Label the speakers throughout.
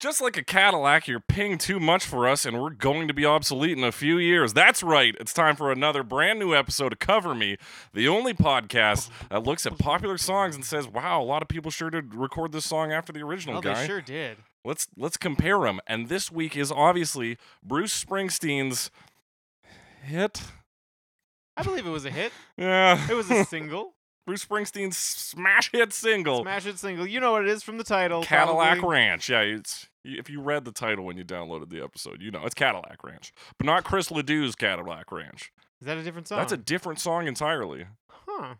Speaker 1: Just like a Cadillac, you're paying too much for us, and we're going to be obsolete in a few years. That's right. It's time for another brand new episode of Cover Me, the only podcast that looks at popular songs and says, "Wow, a lot of people sure did record this song after the original
Speaker 2: Oh,
Speaker 1: guy."
Speaker 2: they sure did.
Speaker 1: Let's let's compare them. And this week is obviously Bruce Springsteen's hit.
Speaker 2: I believe it was a hit.
Speaker 1: Yeah,
Speaker 2: It was a single,
Speaker 1: Bruce Springsteen's smash hit single,
Speaker 2: smash it single. You know what it is from the title.
Speaker 1: Cadillac
Speaker 2: probably.
Speaker 1: Ranch. Yeah, it's y- if you read the title when you downloaded the episode, you know it's Cadillac Ranch, but not Chris Ledoux's Cadillac Ranch.
Speaker 2: Is that a different song?
Speaker 1: That's a different song entirely.
Speaker 2: huh.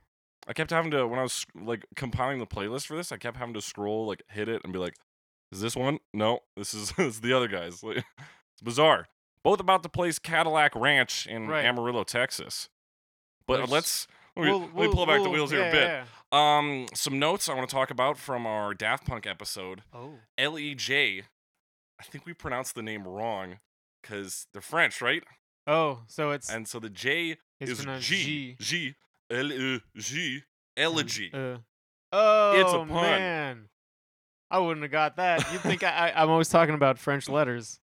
Speaker 1: I kept having to when I was sc- like compiling the playlist for this, I kept having to scroll, like hit it, and be like, "Is this one? No, this is it's the other guys." Like, it's bizarre. Both about the place Cadillac Ranch in
Speaker 2: Right.
Speaker 1: Amarillo, Texas. But
Speaker 2: There's-
Speaker 1: let's let me, let me pull back the wheels here
Speaker 2: yeah,
Speaker 1: a bit.
Speaker 2: yeah.
Speaker 1: Um, some notes I want to talk about from our Daft Punk episode.
Speaker 2: Oh,
Speaker 1: L E J. I think we pronounced the name wrong because they're French, right?
Speaker 2: oh, so it's,
Speaker 1: And so the J
Speaker 2: it's
Speaker 1: is
Speaker 2: pronounced
Speaker 1: G E G L E G elegy.
Speaker 2: Uh, oh,
Speaker 1: pun.
Speaker 2: man, I wouldn't have got that. You think I, I? I'm always talking about French letters,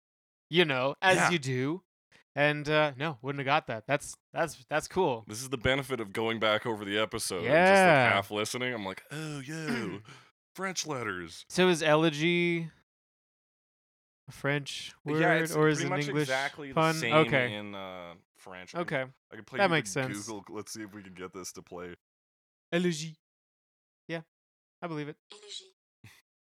Speaker 2: you know, as
Speaker 1: Yeah.
Speaker 2: you do. And uh, no, wouldn't have got that. That's that's that's cool.
Speaker 1: This is the benefit of going back over the episode and just
Speaker 2: Yeah.
Speaker 1: like half listening. I'm like, oh yo, French letters.
Speaker 2: So is elegy a French word
Speaker 1: yeah, it's
Speaker 2: or is it
Speaker 1: pretty
Speaker 2: an
Speaker 1: much
Speaker 2: English
Speaker 1: exactly
Speaker 2: pun?
Speaker 1: the same
Speaker 2: okay.
Speaker 1: in uh, French. I mean,
Speaker 2: Okay.
Speaker 1: I could play
Speaker 2: That
Speaker 1: you could
Speaker 2: makes sense.
Speaker 1: Google. Let's see if we can get this to play.
Speaker 2: Elegy. Yeah. I believe it.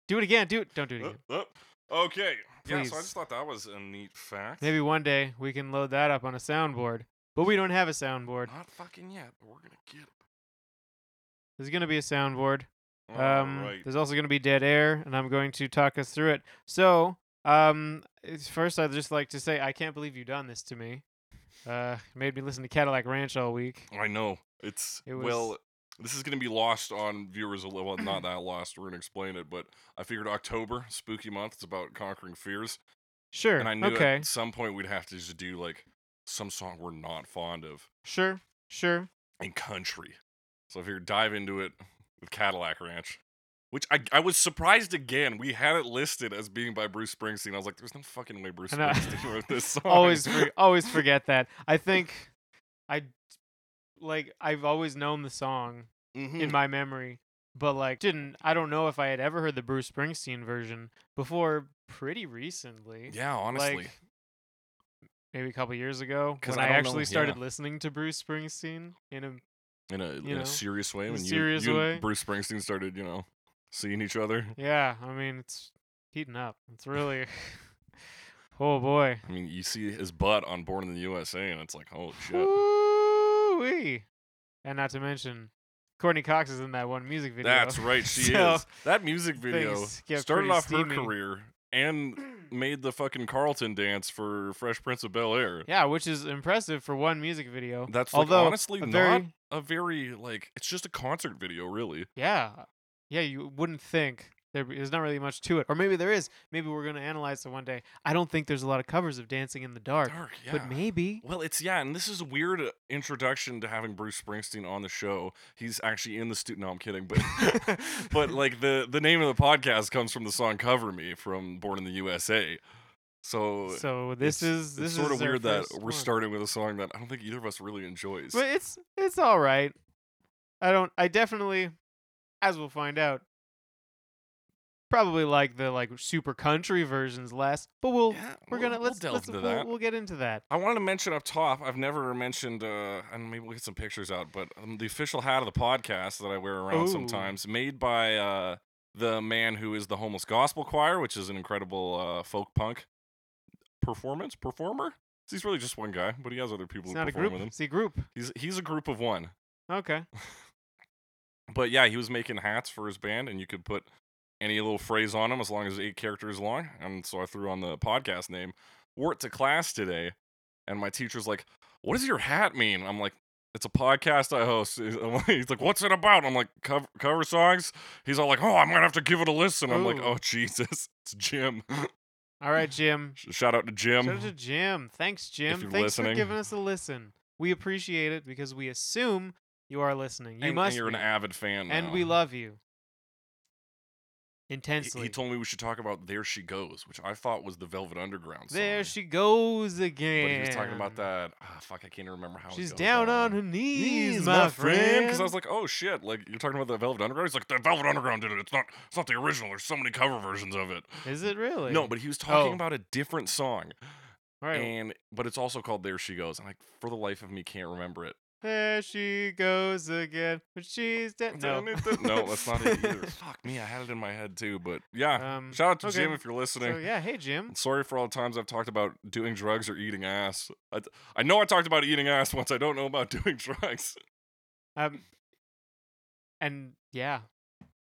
Speaker 2: Do it again. Do it. Don't do it
Speaker 1: Oh,
Speaker 2: again.
Speaker 1: oh, Okay. Yeah. So I
Speaker 2: Please.
Speaker 1: just thought that was a neat fact.
Speaker 2: Maybe one day we can load that up on a soundboard. But we don't have a soundboard.
Speaker 1: Not fucking yet. But we're gonna get. it.
Speaker 2: There's going to be a soundboard.
Speaker 1: All
Speaker 2: Um,
Speaker 1: right.
Speaker 2: There's also going to be dead air, and I'm going to talk us through it. So, um, it's- first, I'd just like to say I can't believe you done this to me. Uh, made me listen to Cadillac Ranch all week.
Speaker 1: I know. It's
Speaker 2: It
Speaker 1: well.
Speaker 2: was-
Speaker 1: This is gonna be lost on viewers a little. Well, not that lost. We're gonna explain it, but I figured October, spooky month. It's about conquering fears,
Speaker 2: Sure.
Speaker 1: and I knew
Speaker 2: okay.
Speaker 1: at some point we'd have to just do like some song we're not fond of
Speaker 2: Sure. Sure.
Speaker 1: in country. So I figured dive into it with Cadillac Ranch, which I I was surprised again. We had it listed as being by Bruce Springsteen. I was like, there's no fucking way Bruce
Speaker 2: I know.
Speaker 1: Springsteen wrote this song.
Speaker 2: Always, for, always forget that. I think I like I've always known the song
Speaker 1: Mhm.
Speaker 2: in my memory, but like didn't I don't know if I had ever heard the Bruce Springsteen version before pretty recently.
Speaker 1: yeah, honestly.
Speaker 2: like maybe a couple years ago
Speaker 1: 'Cause
Speaker 2: when
Speaker 1: I
Speaker 2: I,
Speaker 1: don't know-
Speaker 2: actually started
Speaker 1: yeah.
Speaker 2: oh,
Speaker 1: uh, uh, um, uh, uh, "Oh, He,
Speaker 2: intensely.
Speaker 1: he told me we should talk about "There She Goes," which I thought was the Velvet Underground. Song.
Speaker 2: there she goes
Speaker 1: But
Speaker 2: again.
Speaker 1: he was talking about that. Ah, fuck, I can't remember how. it
Speaker 2: She's
Speaker 1: goes
Speaker 2: down
Speaker 1: now.
Speaker 2: on her knees,
Speaker 1: Knees,
Speaker 2: my friend.
Speaker 1: Because I was like, oh shit, like you're talking about the Velvet Underground. He's like, the Velvet Underground did it. It's not, it's not the original. There's so many cover versions of it.
Speaker 2: Is it really?
Speaker 1: No, but he was talking
Speaker 2: Oh.
Speaker 1: about a different song,
Speaker 2: All right.
Speaker 1: and but it's also called "There She Goes," and I, for the life of me, can't remember it.
Speaker 2: There she goes again, but she's dead. No,
Speaker 1: no, that's not it either. Fuck me, I had it in my head too. But yeah,
Speaker 2: Um,
Speaker 1: shout out to
Speaker 2: okay.
Speaker 1: Jim if you're listening.
Speaker 2: So yeah, hey Jim.
Speaker 1: And Sorry for all the times I've talked about doing drugs or eating ass. I, t- I know I talked about eating ass once. I don't know about doing drugs.
Speaker 2: Um, and yeah,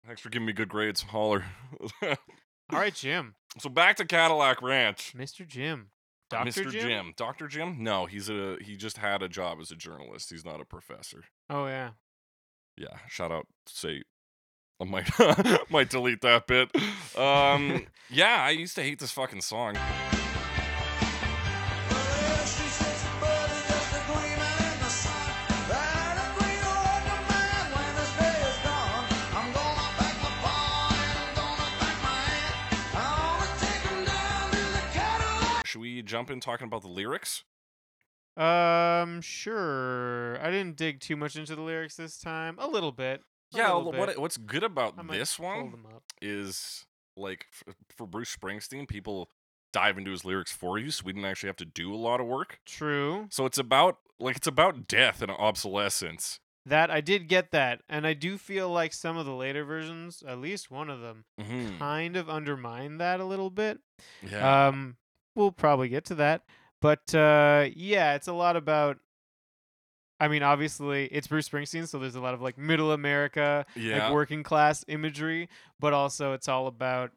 Speaker 1: Thanks for giving me good grades, holler.
Speaker 2: all right, Jim,
Speaker 1: so back to Cadillac Ranch.
Speaker 2: Mr. Jim, Doctor
Speaker 1: Mr. Dr. Jim? No, he's a he just had a job as a journalist. He's not a professor.
Speaker 2: Oh yeah,
Speaker 1: Yeah, shout out say I might might delete that bit. Um yeah, I used to hate this fucking song. Should we jump in talking about the lyrics?
Speaker 2: Um, sure. I didn't dig too much into the lyrics this time. A little bit. A
Speaker 1: yeah,
Speaker 2: little
Speaker 1: l- what
Speaker 2: bit.
Speaker 1: what's good
Speaker 2: I
Speaker 1: about
Speaker 2: might
Speaker 1: this
Speaker 2: Pull
Speaker 1: one
Speaker 2: them up.
Speaker 1: is like f- for Bruce Springsteen, people dive into his lyrics for you, so we didn't actually have to do a lot of work.
Speaker 2: True.
Speaker 1: So it's about like it's about death and obsolescence.
Speaker 2: That I did get that, and I do feel like some of the later versions, at least one of them,
Speaker 1: Mm-hmm.
Speaker 2: kind of undermine that a little bit.
Speaker 1: Yeah.
Speaker 2: Um, we'll probably get to that, but uh, yeah, it's a lot about. I mean, obviously, it's Bruce Springsteen, so there's a lot of like middle America,
Speaker 1: yeah.
Speaker 2: like working class imagery, but also it's all about.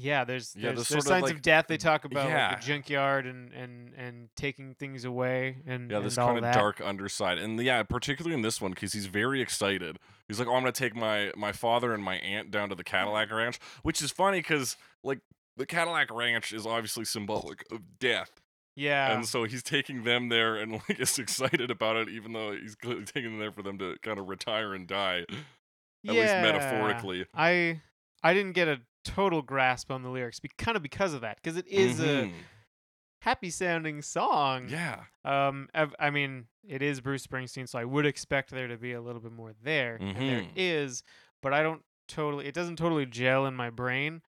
Speaker 2: Yeah, there's
Speaker 1: Yeah,
Speaker 2: there's,
Speaker 1: there's
Speaker 2: there's
Speaker 1: sort of,
Speaker 2: signs of
Speaker 1: like,
Speaker 2: death. They talk about
Speaker 1: yeah.
Speaker 2: like, the junkyard and and and taking things away and
Speaker 1: yeah,
Speaker 2: and
Speaker 1: this
Speaker 2: all
Speaker 1: kind of
Speaker 2: that.
Speaker 1: dark underside, and yeah, particularly in this one because he's very excited. He's like, "Oh, I'm gonna take my my father and my aunt down to the Cadillac Ranch," which is funny because like the Cadillac Ranch is obviously symbolic of death,
Speaker 2: Yeah,
Speaker 1: and so he's taking them there and like is excited about it, even though he's clearly taking them there for them to kind of retire and die, at least
Speaker 2: Yeah.
Speaker 1: metaphorically.
Speaker 2: I I didn't get a total grasp on the lyrics, be, kind of because of that, because it Hmm. is a
Speaker 1: Mhm.
Speaker 2: happy sounding song.
Speaker 1: yeah,
Speaker 2: Um, ev- I mean, it is Bruce Springsteen, so I would expect there to be a little bit more there, and there
Speaker 1: Mhm.
Speaker 2: is, but I don't totally. It doesn't totally gel in my brain,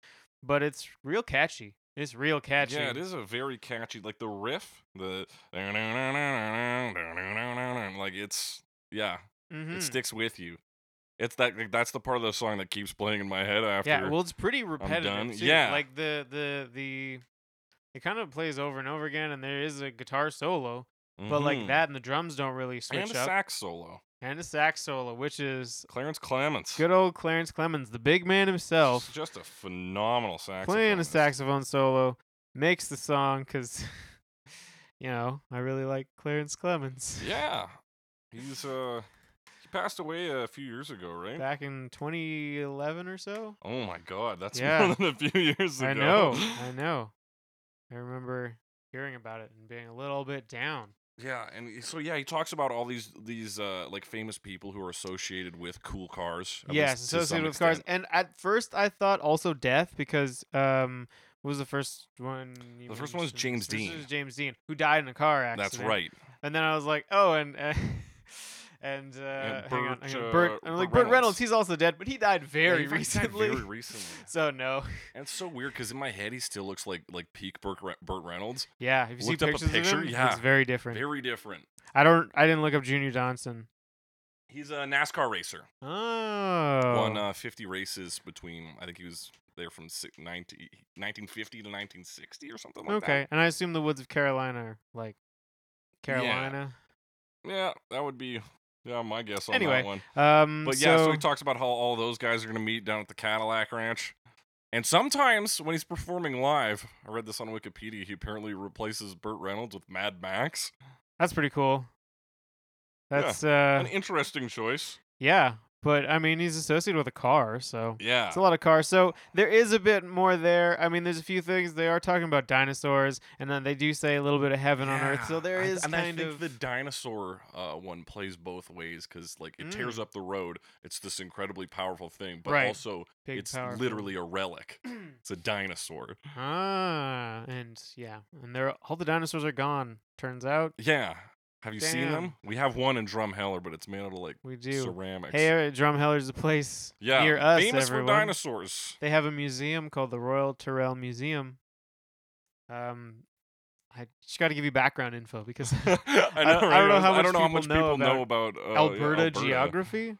Speaker 2: but it's real catchy. It's real catchy.
Speaker 1: yeah, it is a very catchy like the riff, the like it's yeah,
Speaker 2: Mm-hmm.
Speaker 1: it sticks with you. It's that like, that's the part of the song that keeps playing in my head after.
Speaker 2: yeah, well, it's pretty repetitive.
Speaker 1: done.
Speaker 2: too.
Speaker 1: Yeah.
Speaker 2: like the the the. It kind of plays over and over again, and there is a guitar solo, but like
Speaker 1: Mhm.
Speaker 2: that and the drums don't really switch
Speaker 1: and a
Speaker 2: up,
Speaker 1: sax solo,
Speaker 2: and a sax solo, which is
Speaker 1: Clarence Clements.
Speaker 2: good old Clarence Clemens, the big man himself.
Speaker 1: Just- Just a phenomenal sax.
Speaker 2: playing a saxophone solo makes the song because you know i really like clarence clemens
Speaker 1: Yeah, he's uh, he passed away a few years ago, right?
Speaker 2: back in 2011 or so
Speaker 1: oh my God, that's
Speaker 2: Yeah.
Speaker 1: more than a few years ago.
Speaker 2: i know i know i remember hearing about it and being a little bit down
Speaker 1: Yeah, and he- so yeah, he talks about all these these uh like famous people who are associated with cool cars. at
Speaker 2: yes
Speaker 1: least to some
Speaker 2: associated with cars
Speaker 1: extent.
Speaker 2: and at first i thought also death because um what was the first one you
Speaker 1: The first one was
Speaker 2: mentioned?
Speaker 1: James
Speaker 2: The first one
Speaker 1: Dean.
Speaker 2: was james dean who died in a car accident
Speaker 1: That's right.
Speaker 2: And then I was like, oh, and uh, and, uh, hang on,
Speaker 1: Burt,
Speaker 2: hang on,
Speaker 1: uh,
Speaker 2: Burt. I'm
Speaker 1: Burt
Speaker 2: like Burt Reynolds.
Speaker 1: Reynolds.
Speaker 2: He's also dead, but he died
Speaker 1: Yeah,
Speaker 2: very
Speaker 1: he fucking died
Speaker 2: recently.
Speaker 1: Very recently.
Speaker 2: so no,
Speaker 1: And it's so weird because in my head he still looks like like peak Burt, Re- Burt Reynolds.
Speaker 2: yeah. If you see
Speaker 1: Looked up a
Speaker 2: pictures
Speaker 1: picture?
Speaker 2: of him,
Speaker 1: Yeah.
Speaker 2: it's very different.
Speaker 1: Very different.
Speaker 2: I don't. I didn't look up Junior Johnson.
Speaker 1: He's a NASCAR racer.
Speaker 2: Oh,
Speaker 1: Won uh, 50 races between I think he was there from si- 90, 1950 to 1960 or something like
Speaker 2: okay. And I assume the woods of Carolina are like
Speaker 1: Yeah.
Speaker 2: Carolina.
Speaker 1: that. Yeah, that would be yeah my guess on
Speaker 2: Anyway,
Speaker 1: that one.
Speaker 2: Um,
Speaker 1: But
Speaker 2: so,
Speaker 1: yeah, so he talks about how all those guys are going to meet down at the Cadillac Ranch. And sometimes when he's performing live, I read this on Wikipedia, he apparently replaces Burt Reynolds with Mad Max.
Speaker 2: that's pretty cool.
Speaker 1: Yeah.
Speaker 2: That's uh,
Speaker 1: An interesting choice.
Speaker 2: yeah. But I mean, he's associated with a car, so
Speaker 1: Yeah.
Speaker 2: it's a lot of cars. So there is a bit more there. I mean, there's a few things they are talking about dinosaurs, and then they do say a little bit of heaven on earth. So there
Speaker 1: I-
Speaker 2: is
Speaker 1: and
Speaker 2: kind
Speaker 1: I think
Speaker 2: of
Speaker 1: the dinosaur uh, one plays both ways because like it tears up the road. It's this incredibly powerful thing, but
Speaker 2: Mm. Right.
Speaker 1: also
Speaker 2: big
Speaker 1: it's
Speaker 2: power.
Speaker 1: literally a relic. It's a dinosaur.
Speaker 2: ah, and yeah, and they're all the dinosaurs are gone. Turns out
Speaker 1: Yeah. Have you seen them?
Speaker 2: Damn.
Speaker 1: We have one in Drumheller, but it's made out of like
Speaker 2: we do.
Speaker 1: ceramics.
Speaker 2: Hey, uh, Drumheller's a place
Speaker 1: yeah.
Speaker 2: near us.
Speaker 1: famous
Speaker 2: everyone.
Speaker 1: for dinosaurs.
Speaker 2: They have a museum called the Royal Tyrrell Museum. Um, I just got to give you background info because
Speaker 1: I, know,
Speaker 2: don't
Speaker 1: right?
Speaker 2: know how
Speaker 1: I
Speaker 2: much
Speaker 1: don't know how
Speaker 2: people
Speaker 1: much
Speaker 2: know
Speaker 1: people know about uh, yeah,
Speaker 2: Alberta, geography.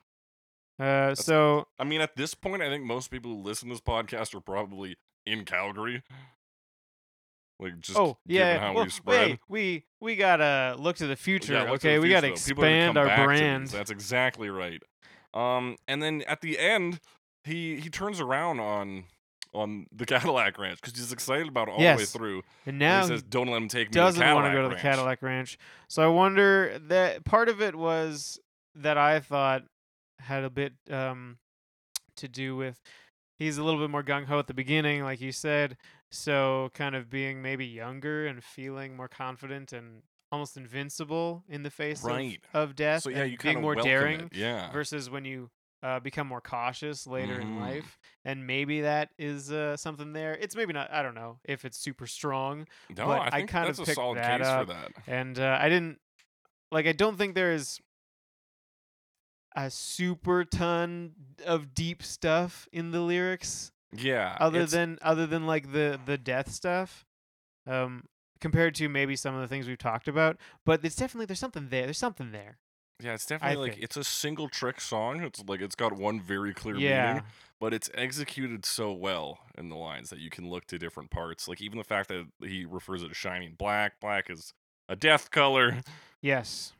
Speaker 2: Uh, so
Speaker 1: I mean, at this point, I think most people who listen to this podcast are probably in Calgary. Like, just
Speaker 2: oh yeah,
Speaker 1: given how
Speaker 2: well,
Speaker 1: we spread.
Speaker 2: wait, we we gotta look to the future.
Speaker 1: Yeah, look to
Speaker 2: okay,
Speaker 1: the
Speaker 2: we gotta
Speaker 1: future, though. People are
Speaker 2: expand
Speaker 1: gonna come back
Speaker 2: our
Speaker 1: to these.
Speaker 2: brand.
Speaker 1: That's exactly right. Um, and then at the end, he he turns around on on the Cadillac Ranch because he's excited about it all the way
Speaker 2: Yes.
Speaker 1: through.
Speaker 2: And
Speaker 1: and
Speaker 2: now
Speaker 1: he
Speaker 2: he
Speaker 1: says, "Don't let him take me."
Speaker 2: doesn't
Speaker 1: want
Speaker 2: want to go to the Cadillac Ranch. So I wonder that part of it was that I thought had a bit um, to do with he's a little bit more gung ho at the beginning, like you said. So kind of being maybe younger and feeling more confident and almost invincible in the face of-
Speaker 1: Right.
Speaker 2: of, death.
Speaker 1: So yeah,
Speaker 2: and
Speaker 1: you kind
Speaker 2: being
Speaker 1: of
Speaker 2: more daring
Speaker 1: Yeah.
Speaker 2: versus when you uh, become more cautious later
Speaker 1: Mhm.
Speaker 2: in life. And maybe that is uh, something there. It's maybe not. I don't know if it's super strong
Speaker 1: No,
Speaker 2: but
Speaker 1: I
Speaker 2: I
Speaker 1: think
Speaker 2: kind of
Speaker 1: that's a
Speaker 2: picked
Speaker 1: solid
Speaker 2: that
Speaker 1: case
Speaker 2: up.
Speaker 1: for that.
Speaker 2: and uh, I didn't like. I don't think there is a super ton of deep stuff in the lyrics,
Speaker 1: Yeah.
Speaker 2: other
Speaker 1: Uh, it's-
Speaker 2: than other than like the the death stuff, um, compared to maybe some of the things we've talked about. But it's definitely there's something there. There's something there.
Speaker 1: yeah, it's definitely like
Speaker 2: think.
Speaker 1: it's a single trick song. It's like it's got one very clear
Speaker 2: yeah,
Speaker 1: meaning, but it's executed so well in the lines that you can look to different parts. Like even the fact that he refers it to shining black. Black is a death color.
Speaker 2: yes.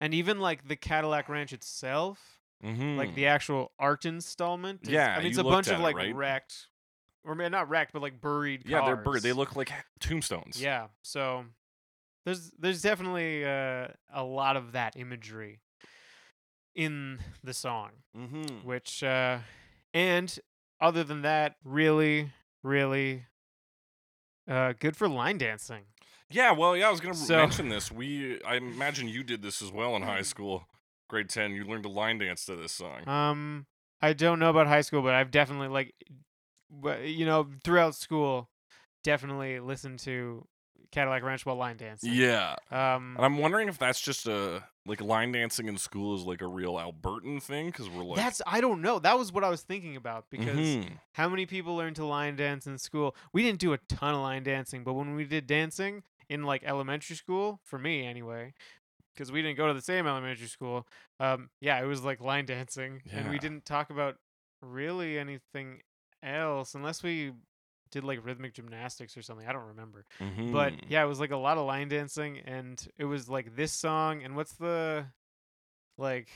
Speaker 2: And even like the Cadillac Ranch itself,
Speaker 1: Mm-hmm.
Speaker 2: like the actual art installment. Is,
Speaker 1: Yeah,
Speaker 2: I mean it's
Speaker 1: you
Speaker 2: a bunch
Speaker 1: looked
Speaker 2: of
Speaker 1: at it,
Speaker 2: like
Speaker 1: right?
Speaker 2: wrecked, or man, not wrecked, but like buried.
Speaker 1: yeah, they're
Speaker 2: cars.
Speaker 1: bird. They look like tombstones.
Speaker 2: Yeah, so there's there's definitely uh, a lot of that imagery in the song,
Speaker 1: Mm-hmm.
Speaker 2: which uh, and other than that, really, really. Uh, good for line dancing.
Speaker 1: Yeah. Well, yeah. I was gonna
Speaker 2: So- Mm.
Speaker 1: mention this. We, I imagine you did this as well in high school, grade ten. You learned to line dance to this song.
Speaker 2: Um, I don't know about high school, but I've definitely like, wh- you know, throughout school, definitely listened to Cadillac Ranch while line dancing.
Speaker 1: yeah.
Speaker 2: Um,
Speaker 1: And I'm wondering if that's just a like line dancing in school is like a real Albertan thing because we're like
Speaker 2: that's I don't know. That was what I was thinking about because
Speaker 1: Mhm.
Speaker 2: how many people learn to line dance in school? We didn't do a ton of line dancing, but when we did dancing in like elementary school, for me anyway, because we didn't go to the same elementary school, um, yeah, it was like line dancing, and we
Speaker 1: Yeah.
Speaker 2: didn't talk about really anything else unless we did like rhythmic gymnastics or something. I don't remember, but
Speaker 1: Mhm.
Speaker 2: yeah, it was like a lot of line dancing, and it was like this song, and what's the like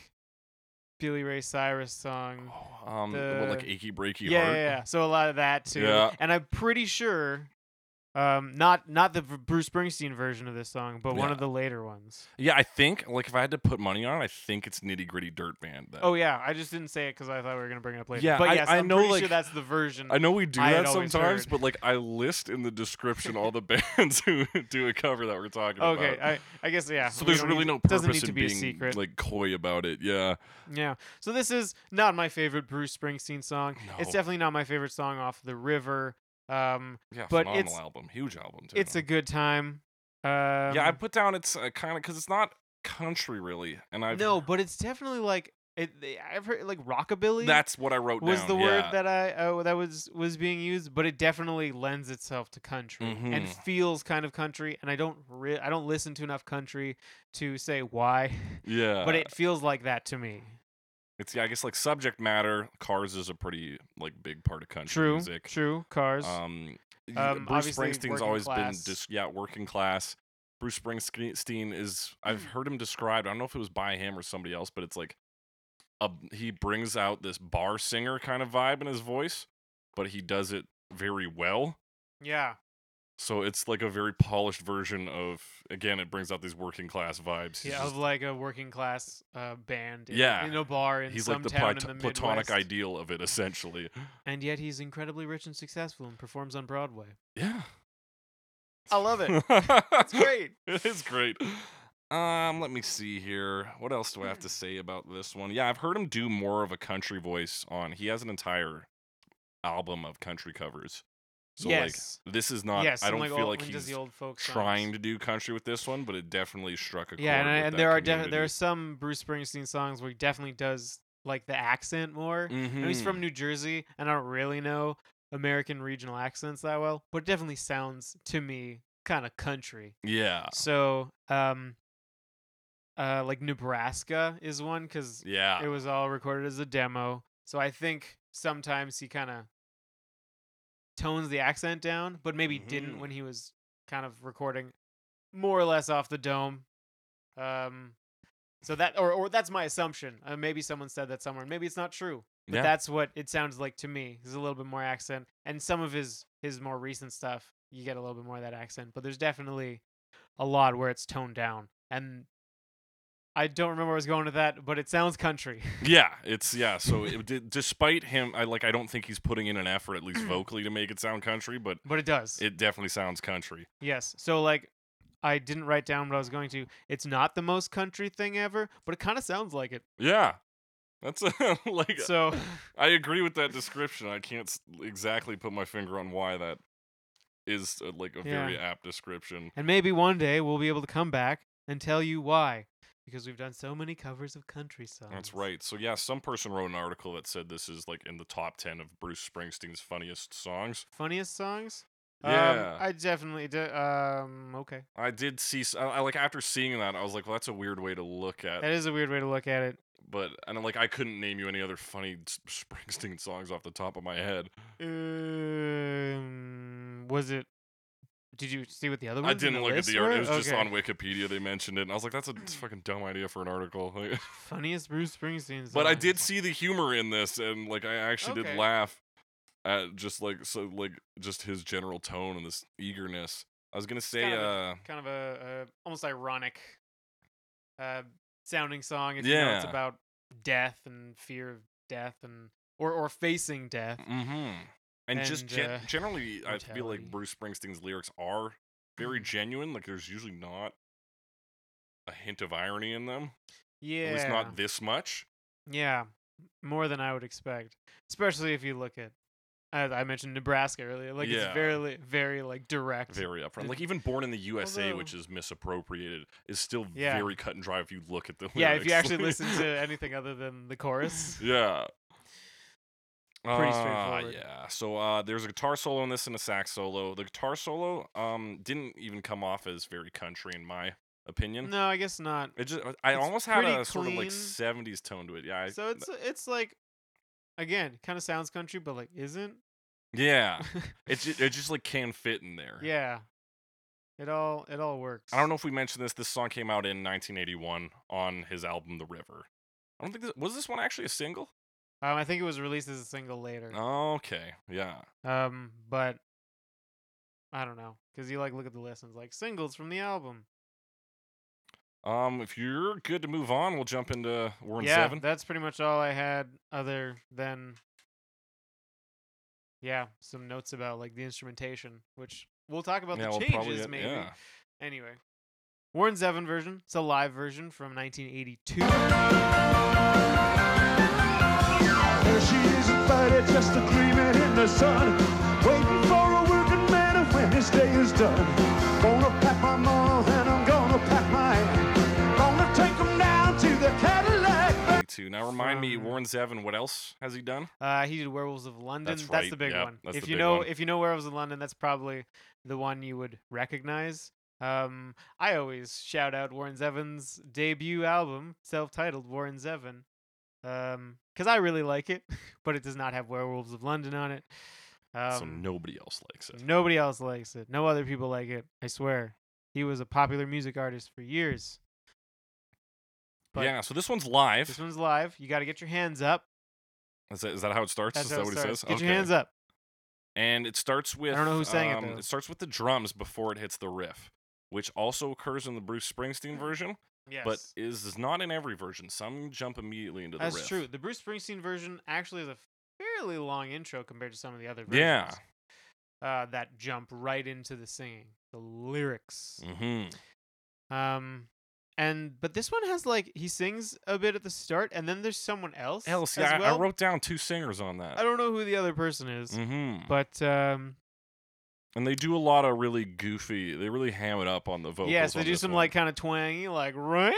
Speaker 2: Billy Ray Cyrus song?
Speaker 1: Oh, um well, like
Speaker 2: the-
Speaker 1: achy breaky
Speaker 2: yeah,
Speaker 1: heart.
Speaker 2: yeah, yeah. So a lot of that too.
Speaker 1: Yeah.
Speaker 2: And I'm pretty sure, um, not not the v- Bruce Springsteen version of this song, but one
Speaker 1: Yeah. Uh,
Speaker 2: of the later ones.
Speaker 1: Yeah, I think like if I had to put money on, it, I think it's Nitty Gritty Dirt Band. That,
Speaker 2: Oh yeah, I just didn't say it because I thought we were gonna bring it up later.
Speaker 1: Yeah,
Speaker 2: but
Speaker 1: I-
Speaker 2: yes,
Speaker 1: I
Speaker 2: am
Speaker 1: know,
Speaker 2: pretty
Speaker 1: like-
Speaker 2: sure that's the version.
Speaker 1: I know we do
Speaker 2: I had
Speaker 1: that
Speaker 2: always
Speaker 1: sometimes,
Speaker 2: heard.
Speaker 1: but like I list in the description all the bands who do a cover that we're talking
Speaker 2: okay,
Speaker 1: about.
Speaker 2: I, I guess yeah.
Speaker 1: so
Speaker 2: we
Speaker 1: there's
Speaker 2: don't
Speaker 1: really
Speaker 2: need-
Speaker 1: no
Speaker 2: doesn't
Speaker 1: purpose
Speaker 2: need to
Speaker 1: in
Speaker 2: be a
Speaker 1: being
Speaker 2: secret.
Speaker 1: like coy about it. Yeah,
Speaker 2: yeah. So this is not my favorite Bruce Springsteen song. It's
Speaker 1: No.
Speaker 2: definitely not my favorite song off the river. Um,
Speaker 1: yeah,
Speaker 2: But
Speaker 1: phenomenal
Speaker 2: it's-
Speaker 1: album, huge album. Too.
Speaker 2: it's a good time. Um,
Speaker 1: yeah. I put down it's uh, kind of because it's not country really, and I've
Speaker 2: no, but it's definitely like it, I've heard like rockabilly.
Speaker 1: That's what I wrote
Speaker 2: was
Speaker 1: down.
Speaker 2: the
Speaker 1: yeah.
Speaker 2: word that I uh, that was was being used, but it definitely lends itself to country and
Speaker 1: Mhm.
Speaker 2: feels kind of country. And I don't re- I don't listen to enough country to say why,
Speaker 1: Yeah.
Speaker 2: but it feels like that to me.
Speaker 1: it's yeah, I guess like subject matter. Cars is a pretty like big part of country
Speaker 2: True,
Speaker 1: music.
Speaker 2: true. Cars.
Speaker 1: Um, y-
Speaker 2: Um,
Speaker 1: Bruce
Speaker 2: obviously
Speaker 1: Springsteen's
Speaker 2: working
Speaker 1: always
Speaker 2: class.
Speaker 1: been dis- yeah, working class. Bruce Springsteen is I've heard him described. I don't know if it was by him or somebody else, but it's like a, he brings out this bar singer kind of vibe in his voice, but he does it very well.
Speaker 2: yeah,
Speaker 1: So it's like a very polished version of again, it brings out these working class vibes. He's
Speaker 2: Yeah,
Speaker 1: just-
Speaker 2: of like a working class uh, band. In,
Speaker 1: Yeah.
Speaker 2: in a bar in
Speaker 1: he's
Speaker 2: some
Speaker 1: like the,
Speaker 2: town
Speaker 1: plato-
Speaker 2: in the
Speaker 1: platonic
Speaker 2: Midwest.
Speaker 1: ideal of it, essentially.
Speaker 2: and yet he's incredibly rich and successful and performs on Broadway.
Speaker 1: Yeah,
Speaker 2: I love it.
Speaker 1: That's
Speaker 2: It's great.
Speaker 1: It is great. Um, let me see here. What else do I have to say
Speaker 2: Mm-hmm.
Speaker 1: about this one? Yeah, I've heard him do more of a country voice on. He has an entire album of country covers. So
Speaker 2: yes.
Speaker 1: like this is not.
Speaker 2: yes.
Speaker 1: I
Speaker 2: and,
Speaker 1: don't
Speaker 2: like,
Speaker 1: feel
Speaker 2: all-
Speaker 1: like
Speaker 2: when does
Speaker 1: he's
Speaker 2: the old folks
Speaker 1: trying to do country with this one, but it definitely struck a
Speaker 2: Yeah, and,
Speaker 1: chord
Speaker 2: I-
Speaker 1: with
Speaker 2: and
Speaker 1: that
Speaker 2: there are defi-
Speaker 1: community.
Speaker 2: there are some Bruce Springsteen songs where he definitely does like the accent more. And he's
Speaker 1: Mhm.
Speaker 2: from New Jersey, and I don't really know American regional accents that well, but it definitely sounds to me kind of country.
Speaker 1: yeah,
Speaker 2: So, um, uh, like Nebraska is one because
Speaker 1: yeah.
Speaker 2: it was all recorded as a demo. So I think sometimes he kind of tones the accent down, but maybe didn't
Speaker 1: Mhm.
Speaker 2: when he was kind of recording more or less off the dome. Um, so that or or that's my assumption. Uh, maybe someone said that somewhere. Maybe it's not true. But
Speaker 1: Yeah.
Speaker 2: that's what it sounds like to me. There's a little bit more accent, and some of his his more recent stuff, you get a little bit more of that accent. But there's definitely a lot where it's toned down, and I don't remember where I was going with that, but it sounds country.
Speaker 1: Yeah, it's yeah. So it, d- despite him, I like I don't think he's putting in an effort, at least
Speaker 2: Mm-hmm.
Speaker 1: vocally, to make it sound country, but
Speaker 2: But it does.
Speaker 1: it definitely sounds country.
Speaker 2: yes. So like I didn't write down what I was going to. It's not the most country thing ever, but it kind of sounds like it.
Speaker 1: Yeah, that's a, like
Speaker 2: So
Speaker 1: I agree with that description. I can't s- exactly put my finger on why that is uh like a very apt description.
Speaker 2: and maybe one day we'll be able to come back and tell you why because we've done so many covers of country songs.
Speaker 1: That's right. So yeah, some person wrote an article that said this is like in the top ten of Bruce Springsteen's funniest songs.
Speaker 2: Funniest songs?
Speaker 1: Yeah.
Speaker 2: Um, I definitely de- um okay.
Speaker 1: I did see. s- I, I, like after seeing that, I was like, "Well, that's a weird way to look at."
Speaker 2: That is a weird way to look at it.
Speaker 1: But and I'm like, I couldn't name you any other funny s- Springsteen songs off the top of my head.
Speaker 2: Um, was it Did you see what the other
Speaker 1: I
Speaker 2: ones in
Speaker 1: didn't
Speaker 2: the
Speaker 1: look at
Speaker 2: list
Speaker 1: the art.
Speaker 2: were?
Speaker 1: It was just
Speaker 2: Okay.
Speaker 1: on Wikipedia. They mentioned it, and I was like, "That's a fucking dumb idea for an article." Like-
Speaker 2: funniest Bruce Springsteen songs.
Speaker 1: but I did see the humor in this, and like I actually
Speaker 2: Okay.
Speaker 1: did laugh at just like so like just his general tone and this eagerness. I was gonna say,
Speaker 2: kind of
Speaker 1: uh,
Speaker 2: kind of a, a almost ironic uh, sounding song. If you know it's
Speaker 1: Yeah.
Speaker 2: about death and fear of death and or or facing death.
Speaker 1: mm-hmm. and, just
Speaker 2: And,
Speaker 1: gen-
Speaker 2: uh,
Speaker 1: generally, I feel
Speaker 2: mortality.
Speaker 1: like Bruce Springsteen's lyrics are very
Speaker 2: Mm-hmm.
Speaker 1: genuine. Like there's usually not a hint of irony in them.
Speaker 2: Yeah,
Speaker 1: At least not this much.
Speaker 2: yeah, more than I would expect, especially if you look at. As I mentioned Nebraska earlier, like
Speaker 1: Yeah.
Speaker 2: it's very, very like direct.
Speaker 1: Very upfront.
Speaker 2: Did-
Speaker 1: Like even Born in the USA, which
Speaker 2: Although-
Speaker 1: is misappropriated, is still
Speaker 2: Yeah.
Speaker 1: very cut and dry if you look at the lyrics.
Speaker 2: yeah, if you actually
Speaker 1: like-
Speaker 2: listen to anything other than the chorus,
Speaker 1: Yeah. Uh,
Speaker 2: Pretty straightforward.
Speaker 1: yeah. So uh, there's a guitar solo in this and a sax solo. The guitar solo um didn't even come off as very country in my opinion.
Speaker 2: no, I guess not.
Speaker 1: It just I
Speaker 2: It's
Speaker 1: almost had
Speaker 2: pretty
Speaker 1: a sort of
Speaker 2: clean.
Speaker 1: like 70s tone to it. Yeah. I,
Speaker 2: So it's it's like, again, kind of sounds country, but like isn't.
Speaker 1: yeah. It just, Uh, it just like can fit in there.
Speaker 2: Yeah. It all it all works. Um,
Speaker 1: I don't know if we mentioned this. This song came out in 1981 on his album The River. I don't think this was this one actually a single.
Speaker 2: Um, I think it was released as a single later.
Speaker 1: Okay. Yeah.
Speaker 2: Um, but I don't know because you like look at the list and it's like singles from the album.
Speaker 1: Um, if you're good to move on, we'll jump into we're in
Speaker 2: yeah,
Speaker 1: seven.
Speaker 2: that's pretty much all I had. Other than yeah, some notes about like the instrumentation, which we'll talk about
Speaker 1: yeah,
Speaker 2: the
Speaker 1: we'll
Speaker 2: changes
Speaker 1: probably get-
Speaker 2: maybe.
Speaker 1: yeah.
Speaker 2: Anyway, Warren Zevon version. It's a live version from 1982.
Speaker 3: There she is a fighter, just a gleaming in the sun. Waiting for a working man when his day is done. Gonna pack my mall and I'm gonna pack my hand. Gonna take 'em down to the Cadillac.
Speaker 1: Two. Now remind me,
Speaker 2: From-
Speaker 1: Warren Zevon, what else has he done?
Speaker 2: Uh, he did Werewolves of London. That's,
Speaker 1: right,
Speaker 2: the big
Speaker 1: yep,
Speaker 2: one.
Speaker 1: that's
Speaker 2: if
Speaker 1: the
Speaker 2: you
Speaker 1: big
Speaker 2: know,
Speaker 1: one.
Speaker 2: if you know Werewolves of London, that's probably the one you would recognize. Um, I always shout out Warren Zevon's debut album, self-titled Warren Zevon, um, because I really like it, but it does not have Werewolves of London on it. Um,
Speaker 1: so nobody else likes it.
Speaker 2: Nobody else likes it. No other people like it. I swear. He was a popular music artist for years. but-
Speaker 1: yeah, so this one's live.
Speaker 2: This one's live. You got to get your hands up.
Speaker 1: is, that, is that how it starts? is
Speaker 2: That's how
Speaker 1: that
Speaker 2: it
Speaker 1: what
Speaker 2: starts.
Speaker 1: he says?
Speaker 2: Get your hands up.
Speaker 1: and it starts with
Speaker 2: know who sang it,
Speaker 1: um,
Speaker 2: though.
Speaker 1: It starts with the drums before it hits the riff, which also occurs in the Bruce Springsteen version,
Speaker 2: Yes.
Speaker 1: but is, is not in every version. Some jump immediately into the
Speaker 2: That's
Speaker 1: riff.
Speaker 2: true. The Bruce Springsteen version actually has a fairly long intro compared to some of the other versions.
Speaker 1: Yeah.
Speaker 2: Uh, that jump right into the singing, the lyrics.
Speaker 1: Mm-hmm.
Speaker 2: Um, and but this one has like he sings a bit at the start, and then there's someone else.
Speaker 1: Else,
Speaker 2: as
Speaker 1: yeah, I-
Speaker 2: well.
Speaker 1: I wrote down two singers on that.
Speaker 2: I don't know who the other person is,
Speaker 1: Mm-hmm.
Speaker 2: but um,
Speaker 1: And they do a lot of really goofy. They really ham it up on the vocals.
Speaker 2: yes, they
Speaker 1: on
Speaker 2: do
Speaker 1: this
Speaker 2: some
Speaker 1: one.
Speaker 2: like kind of twangy, like right.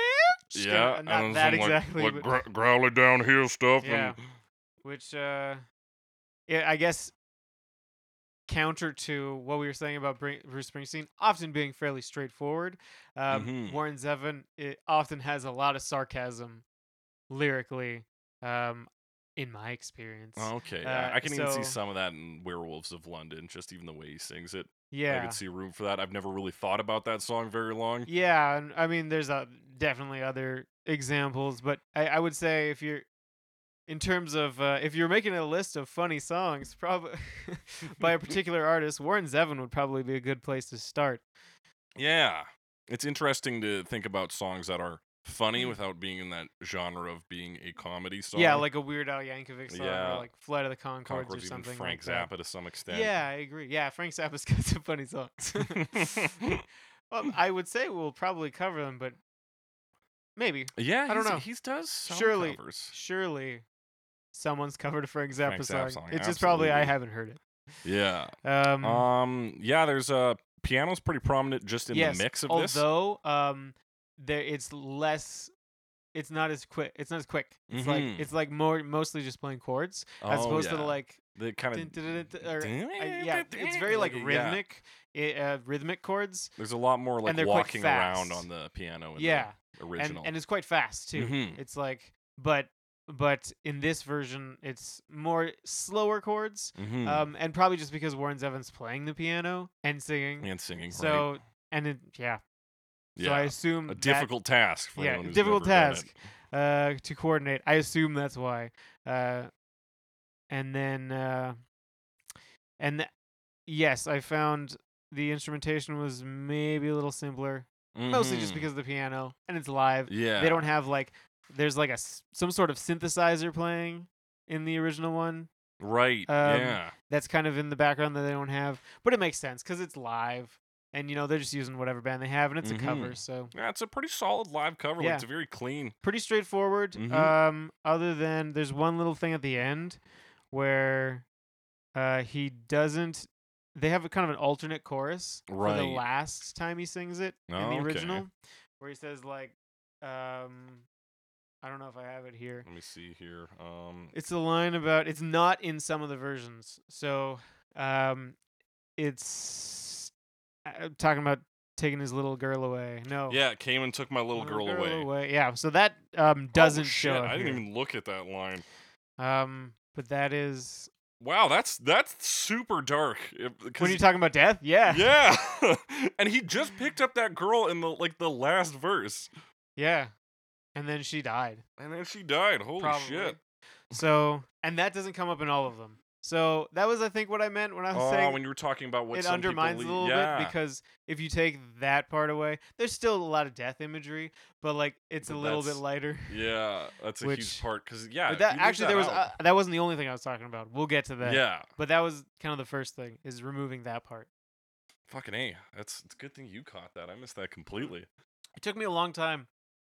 Speaker 1: yeah, and
Speaker 2: not
Speaker 1: then
Speaker 2: that
Speaker 1: some, like-
Speaker 2: exactly,
Speaker 1: like,
Speaker 2: but-
Speaker 1: gro- growly downhill stuff.
Speaker 2: Yeah.
Speaker 1: and-
Speaker 2: which uh yeah, I guess counter to what we were saying about Bru- Bruce Springsteen often being fairly straightforward. Um,
Speaker 1: Mhm.
Speaker 2: Warren Zevon it often has a lot of sarcasm lyrically, um, in my experience.
Speaker 1: okay, yeah.
Speaker 2: Uh,
Speaker 1: Oh, I can even see
Speaker 2: so-
Speaker 1: some of that in Werewolves of London, just even the way he sings it. I
Speaker 2: yeah,
Speaker 1: could see room for that. I've never really thought about that song very long.
Speaker 2: yeah. And I mean, there's uh definitely other examples, but I, I would say if you're in terms of uh, if you're making a list of funny songs, probably by a particular artist, Warren Zevon would probably be a good place to start.
Speaker 1: Yeah, it's interesting to think about songs that are funny without being in that genre of being a comedy song.
Speaker 2: Mm-hmm. Yeah, like a Weird Al Yankovic song,
Speaker 1: Yeah.
Speaker 2: or like Flight of the Concords
Speaker 1: Concords,
Speaker 2: or
Speaker 1: even
Speaker 2: something.
Speaker 1: Frank
Speaker 2: like
Speaker 1: Zappa to some
Speaker 2: That.
Speaker 1: extent.
Speaker 2: Yeah, I agree. Yeah, Frank Zappa's got some funny songs. well, I would say we'll probably cover them, but maybe,
Speaker 1: yeah.
Speaker 2: I don't
Speaker 1: he's-
Speaker 2: know.
Speaker 1: He does some
Speaker 2: Surely-
Speaker 1: covers.
Speaker 2: surely, someone's covered a Frank Zappa
Speaker 1: Frank
Speaker 2: song.
Speaker 1: Zappa song,
Speaker 2: It's just probably I
Speaker 1: absolutely.
Speaker 2: haven't heard it.
Speaker 1: Yeah.
Speaker 2: Um,
Speaker 1: Um. Yeah. There's a uh, piano's pretty prominent just in
Speaker 2: yes,
Speaker 1: the mix of this.
Speaker 2: although um, there it's less. It's not as quick. It's not as quick. It's
Speaker 1: Mhm.
Speaker 2: like it's like more mostly just playing chords as
Speaker 1: Oh,
Speaker 2: opposed to
Speaker 1: yeah.
Speaker 2: the like
Speaker 1: the kind
Speaker 2: Dun,
Speaker 1: of
Speaker 2: dun, dun, dun, or, I- yeah, it's very like
Speaker 1: yeah.
Speaker 2: rhythmic, i- uh, rhythmic chords.
Speaker 1: There's a lot more like
Speaker 2: they're quite
Speaker 1: walking around
Speaker 2: fast.
Speaker 1: on the piano. In
Speaker 2: Yeah,
Speaker 1: The
Speaker 2: and
Speaker 1: original.
Speaker 2: and it's quite fast too.
Speaker 1: Mhm.
Speaker 2: It's like, but but in this version, it's more slower chords.
Speaker 1: Mhm.
Speaker 2: Um, and probably just because Warren Zevon's playing the piano and singing,
Speaker 1: and singing. right?
Speaker 2: so and it, yeah,
Speaker 1: yeah.
Speaker 2: so I assume
Speaker 1: a
Speaker 2: that-
Speaker 1: difficult task for
Speaker 2: yeah,
Speaker 1: anyone who's
Speaker 2: difficult
Speaker 1: never done it.
Speaker 2: task. uh, to coordinate. I assume that's why. Uh, and then, uh, and th- yes, I found the instrumentation was maybe a little simpler, mostly just
Speaker 1: Mhm.
Speaker 2: because of the piano and it's live.
Speaker 1: yeah
Speaker 2: They don't have like there's like a s- some sort of synthesizer playing in the original one
Speaker 1: right
Speaker 2: um,
Speaker 1: yeah
Speaker 2: that's kind of in the background that they don't have, but it makes sense because it's live. And you know they're just using whatever band they have, and it's
Speaker 1: Mhm.
Speaker 2: a cover, so
Speaker 1: yeah it's a pretty solid live cover like,
Speaker 2: Yeah.
Speaker 1: it's very clean
Speaker 2: pretty straightforward.
Speaker 1: Mhm.
Speaker 2: Um, other than there's one little thing at the end where uh, he doesn't. They have a kind of an alternate chorus for
Speaker 1: Right.
Speaker 2: the last time he sings it in
Speaker 1: Oh,
Speaker 2: the
Speaker 1: okay.
Speaker 2: original, where he says like, um, I don't know if I have it here.
Speaker 1: let me see here um
Speaker 2: It's a line about it's not in some of the versions. So, um, it's uh, talking about taking his little girl away. No.
Speaker 1: yeah it came and took my little girl, away,
Speaker 2: Yeah, so that um
Speaker 1: Oh,
Speaker 2: doesn't
Speaker 1: shit,
Speaker 2: show. up
Speaker 1: i didn't
Speaker 2: here.
Speaker 1: even look at that line
Speaker 2: Um, but that is
Speaker 1: wow that's that's super dark if- 'cause
Speaker 2: when you're talking about death. Yeah, yeah,
Speaker 1: yeah and he just picked up that girl in the like the last verse
Speaker 2: And then she died.
Speaker 1: and then she died holy
Speaker 2: probably.
Speaker 1: shit
Speaker 2: So, and that doesn't come up in all of them. So that was, I think, what I meant when I was
Speaker 1: oh
Speaker 2: saying
Speaker 1: when you were talking about what
Speaker 2: it
Speaker 1: some people
Speaker 2: undermines
Speaker 1: leave-
Speaker 2: a little
Speaker 1: yeah.
Speaker 2: bit because if you take that part away, there's still a lot of death imagery, but like it's a
Speaker 1: But
Speaker 2: little bit
Speaker 1: that's-
Speaker 2: lighter.
Speaker 1: yeah that's a huge
Speaker 2: Which-
Speaker 1: part because yeah
Speaker 2: but
Speaker 1: if you
Speaker 2: that
Speaker 1: leave
Speaker 2: actually there was
Speaker 1: out-
Speaker 2: uh, that wasn't the only thing I was talking about. We'll get to that.
Speaker 1: yeah
Speaker 2: But that was kind of the first thing is removing that part.
Speaker 1: Fucking A. That's it's a good thing you caught that. I missed that completely.
Speaker 2: It took me a long time.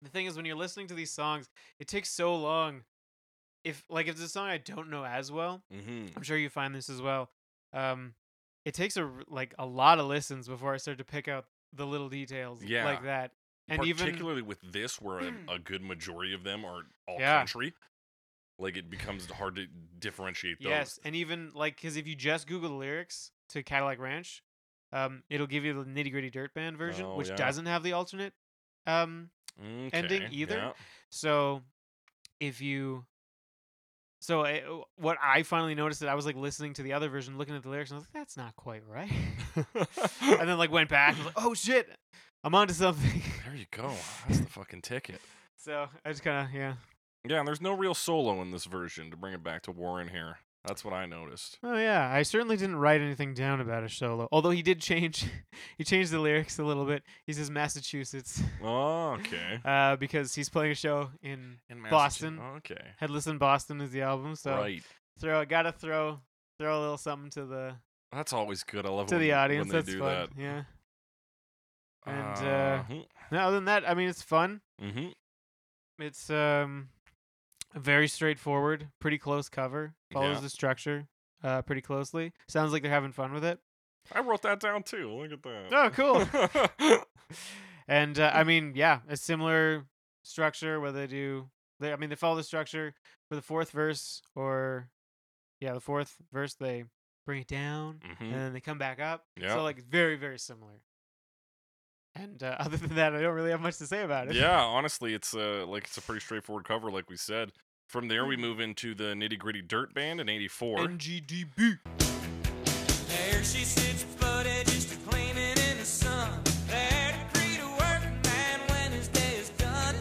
Speaker 2: The thing is, when you're listening to these songs, it takes so long. If like if it's a song I don't know as well,
Speaker 1: Mm-hmm.
Speaker 2: I'm sure you find this as well. Um, it takes a r- like a lot of listens before I start to pick out the little details
Speaker 1: Yeah.
Speaker 2: like that. And even
Speaker 1: Particularly with this, where a, a good majority of them are all
Speaker 2: Yeah.
Speaker 1: country, like it becomes hard to differentiate those.
Speaker 2: yes, and even like because if you just Google the lyrics to Cadillac Ranch, um, it'll give you the nitty gritty dirt band version,
Speaker 1: Oh,
Speaker 2: which
Speaker 1: yeah.
Speaker 2: doesn't have the alternate um ending
Speaker 1: Okay,
Speaker 2: either.
Speaker 1: yeah.
Speaker 2: So if you so I, uh, what I finally noticed that I was like listening to the other version, looking at the lyrics, and I was like, "That's not quite right." and then like went back, and was like, "Oh shit, I'm onto something."
Speaker 1: There you go. That's the fucking ticket.
Speaker 2: so I just kind of yeah,
Speaker 1: Yeah, and there's no real solo in this version to bring it back to Warren here. That's what I noticed.
Speaker 2: Oh yeah, I certainly didn't write anything down about his solo. Although he did change, he changed the lyrics a little bit. He says Massachusetts
Speaker 1: Oh, okay.
Speaker 2: uh, because he's playing a show in
Speaker 1: In
Speaker 2: Boston.
Speaker 1: Massachu- Okay.
Speaker 2: Headless in Boston is the album. So
Speaker 1: right.
Speaker 2: throw, gotta throw, throw a little something to the
Speaker 1: That's always good. I love
Speaker 2: to
Speaker 1: when,
Speaker 2: the audience.
Speaker 1: when they
Speaker 2: That's
Speaker 1: do
Speaker 2: fun.
Speaker 1: that.
Speaker 2: Yeah. And, uh,
Speaker 1: Mhm.
Speaker 2: No, other than that, I mean, it's fun.
Speaker 1: Mhm.
Speaker 2: It's um, very straightforward, pretty close cover. Follows
Speaker 1: Yeah.
Speaker 2: the structure uh, pretty closely. Sounds like they're having fun with it.
Speaker 1: I wrote that down too. Look at that. Mm-hmm.
Speaker 2: Oh, cool. and uh, I mean, yeah, a similar structure where they do. They, I mean, they follow the structure for the fourth verse, or yeah, the fourth verse they bring it down and
Speaker 1: Mhm.
Speaker 2: then they come back up.
Speaker 1: Yeah.
Speaker 2: So like very very similar. And uh, other than that, I don't really have much to say about it.
Speaker 1: yeah, honestly, it's uh like it's a pretty straightforward cover, like we said. From there,
Speaker 2: Mm-hmm.
Speaker 1: we move into the nitty gritty dirt band in '84.
Speaker 2: NGDB.
Speaker 4: There she sits, flooded, just gleaming in the sun. There to greet a working man when his day is done.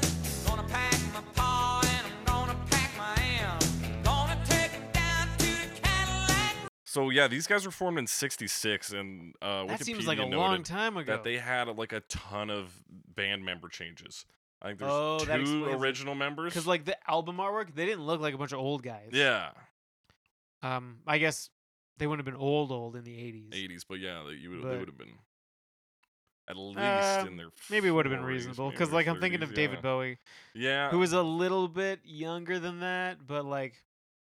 Speaker 4: Gonna pack my paw and I'm gonna pack my am. Gonna take him down to the Cadillac
Speaker 1: so yeah, these guys were formed in '66, and uh,
Speaker 2: That
Speaker 1: Wikipedia
Speaker 2: seems like a
Speaker 1: noted
Speaker 2: long time ago.
Speaker 1: that they had uh, like a ton of band member changes. I think there's
Speaker 2: Oh,
Speaker 1: two
Speaker 2: that explains it.
Speaker 1: original members.
Speaker 2: because like the album artwork, they didn't look like a bunch of old guys.
Speaker 1: yeah,
Speaker 2: Um, I guess they wouldn't have been old old in the eighties.
Speaker 1: 80s, but yeah, that you would they
Speaker 2: But-
Speaker 1: would have been at least in
Speaker 2: Um,
Speaker 1: their
Speaker 2: Maybe it would have been
Speaker 1: 40s,
Speaker 2: reasonable
Speaker 1: maybe
Speaker 2: because
Speaker 1: their
Speaker 2: like I'm thinking
Speaker 1: 30s,
Speaker 2: of David
Speaker 1: yeah. Uh,
Speaker 2: Bowie.
Speaker 1: Yeah,
Speaker 2: who was a little bit younger than that, but like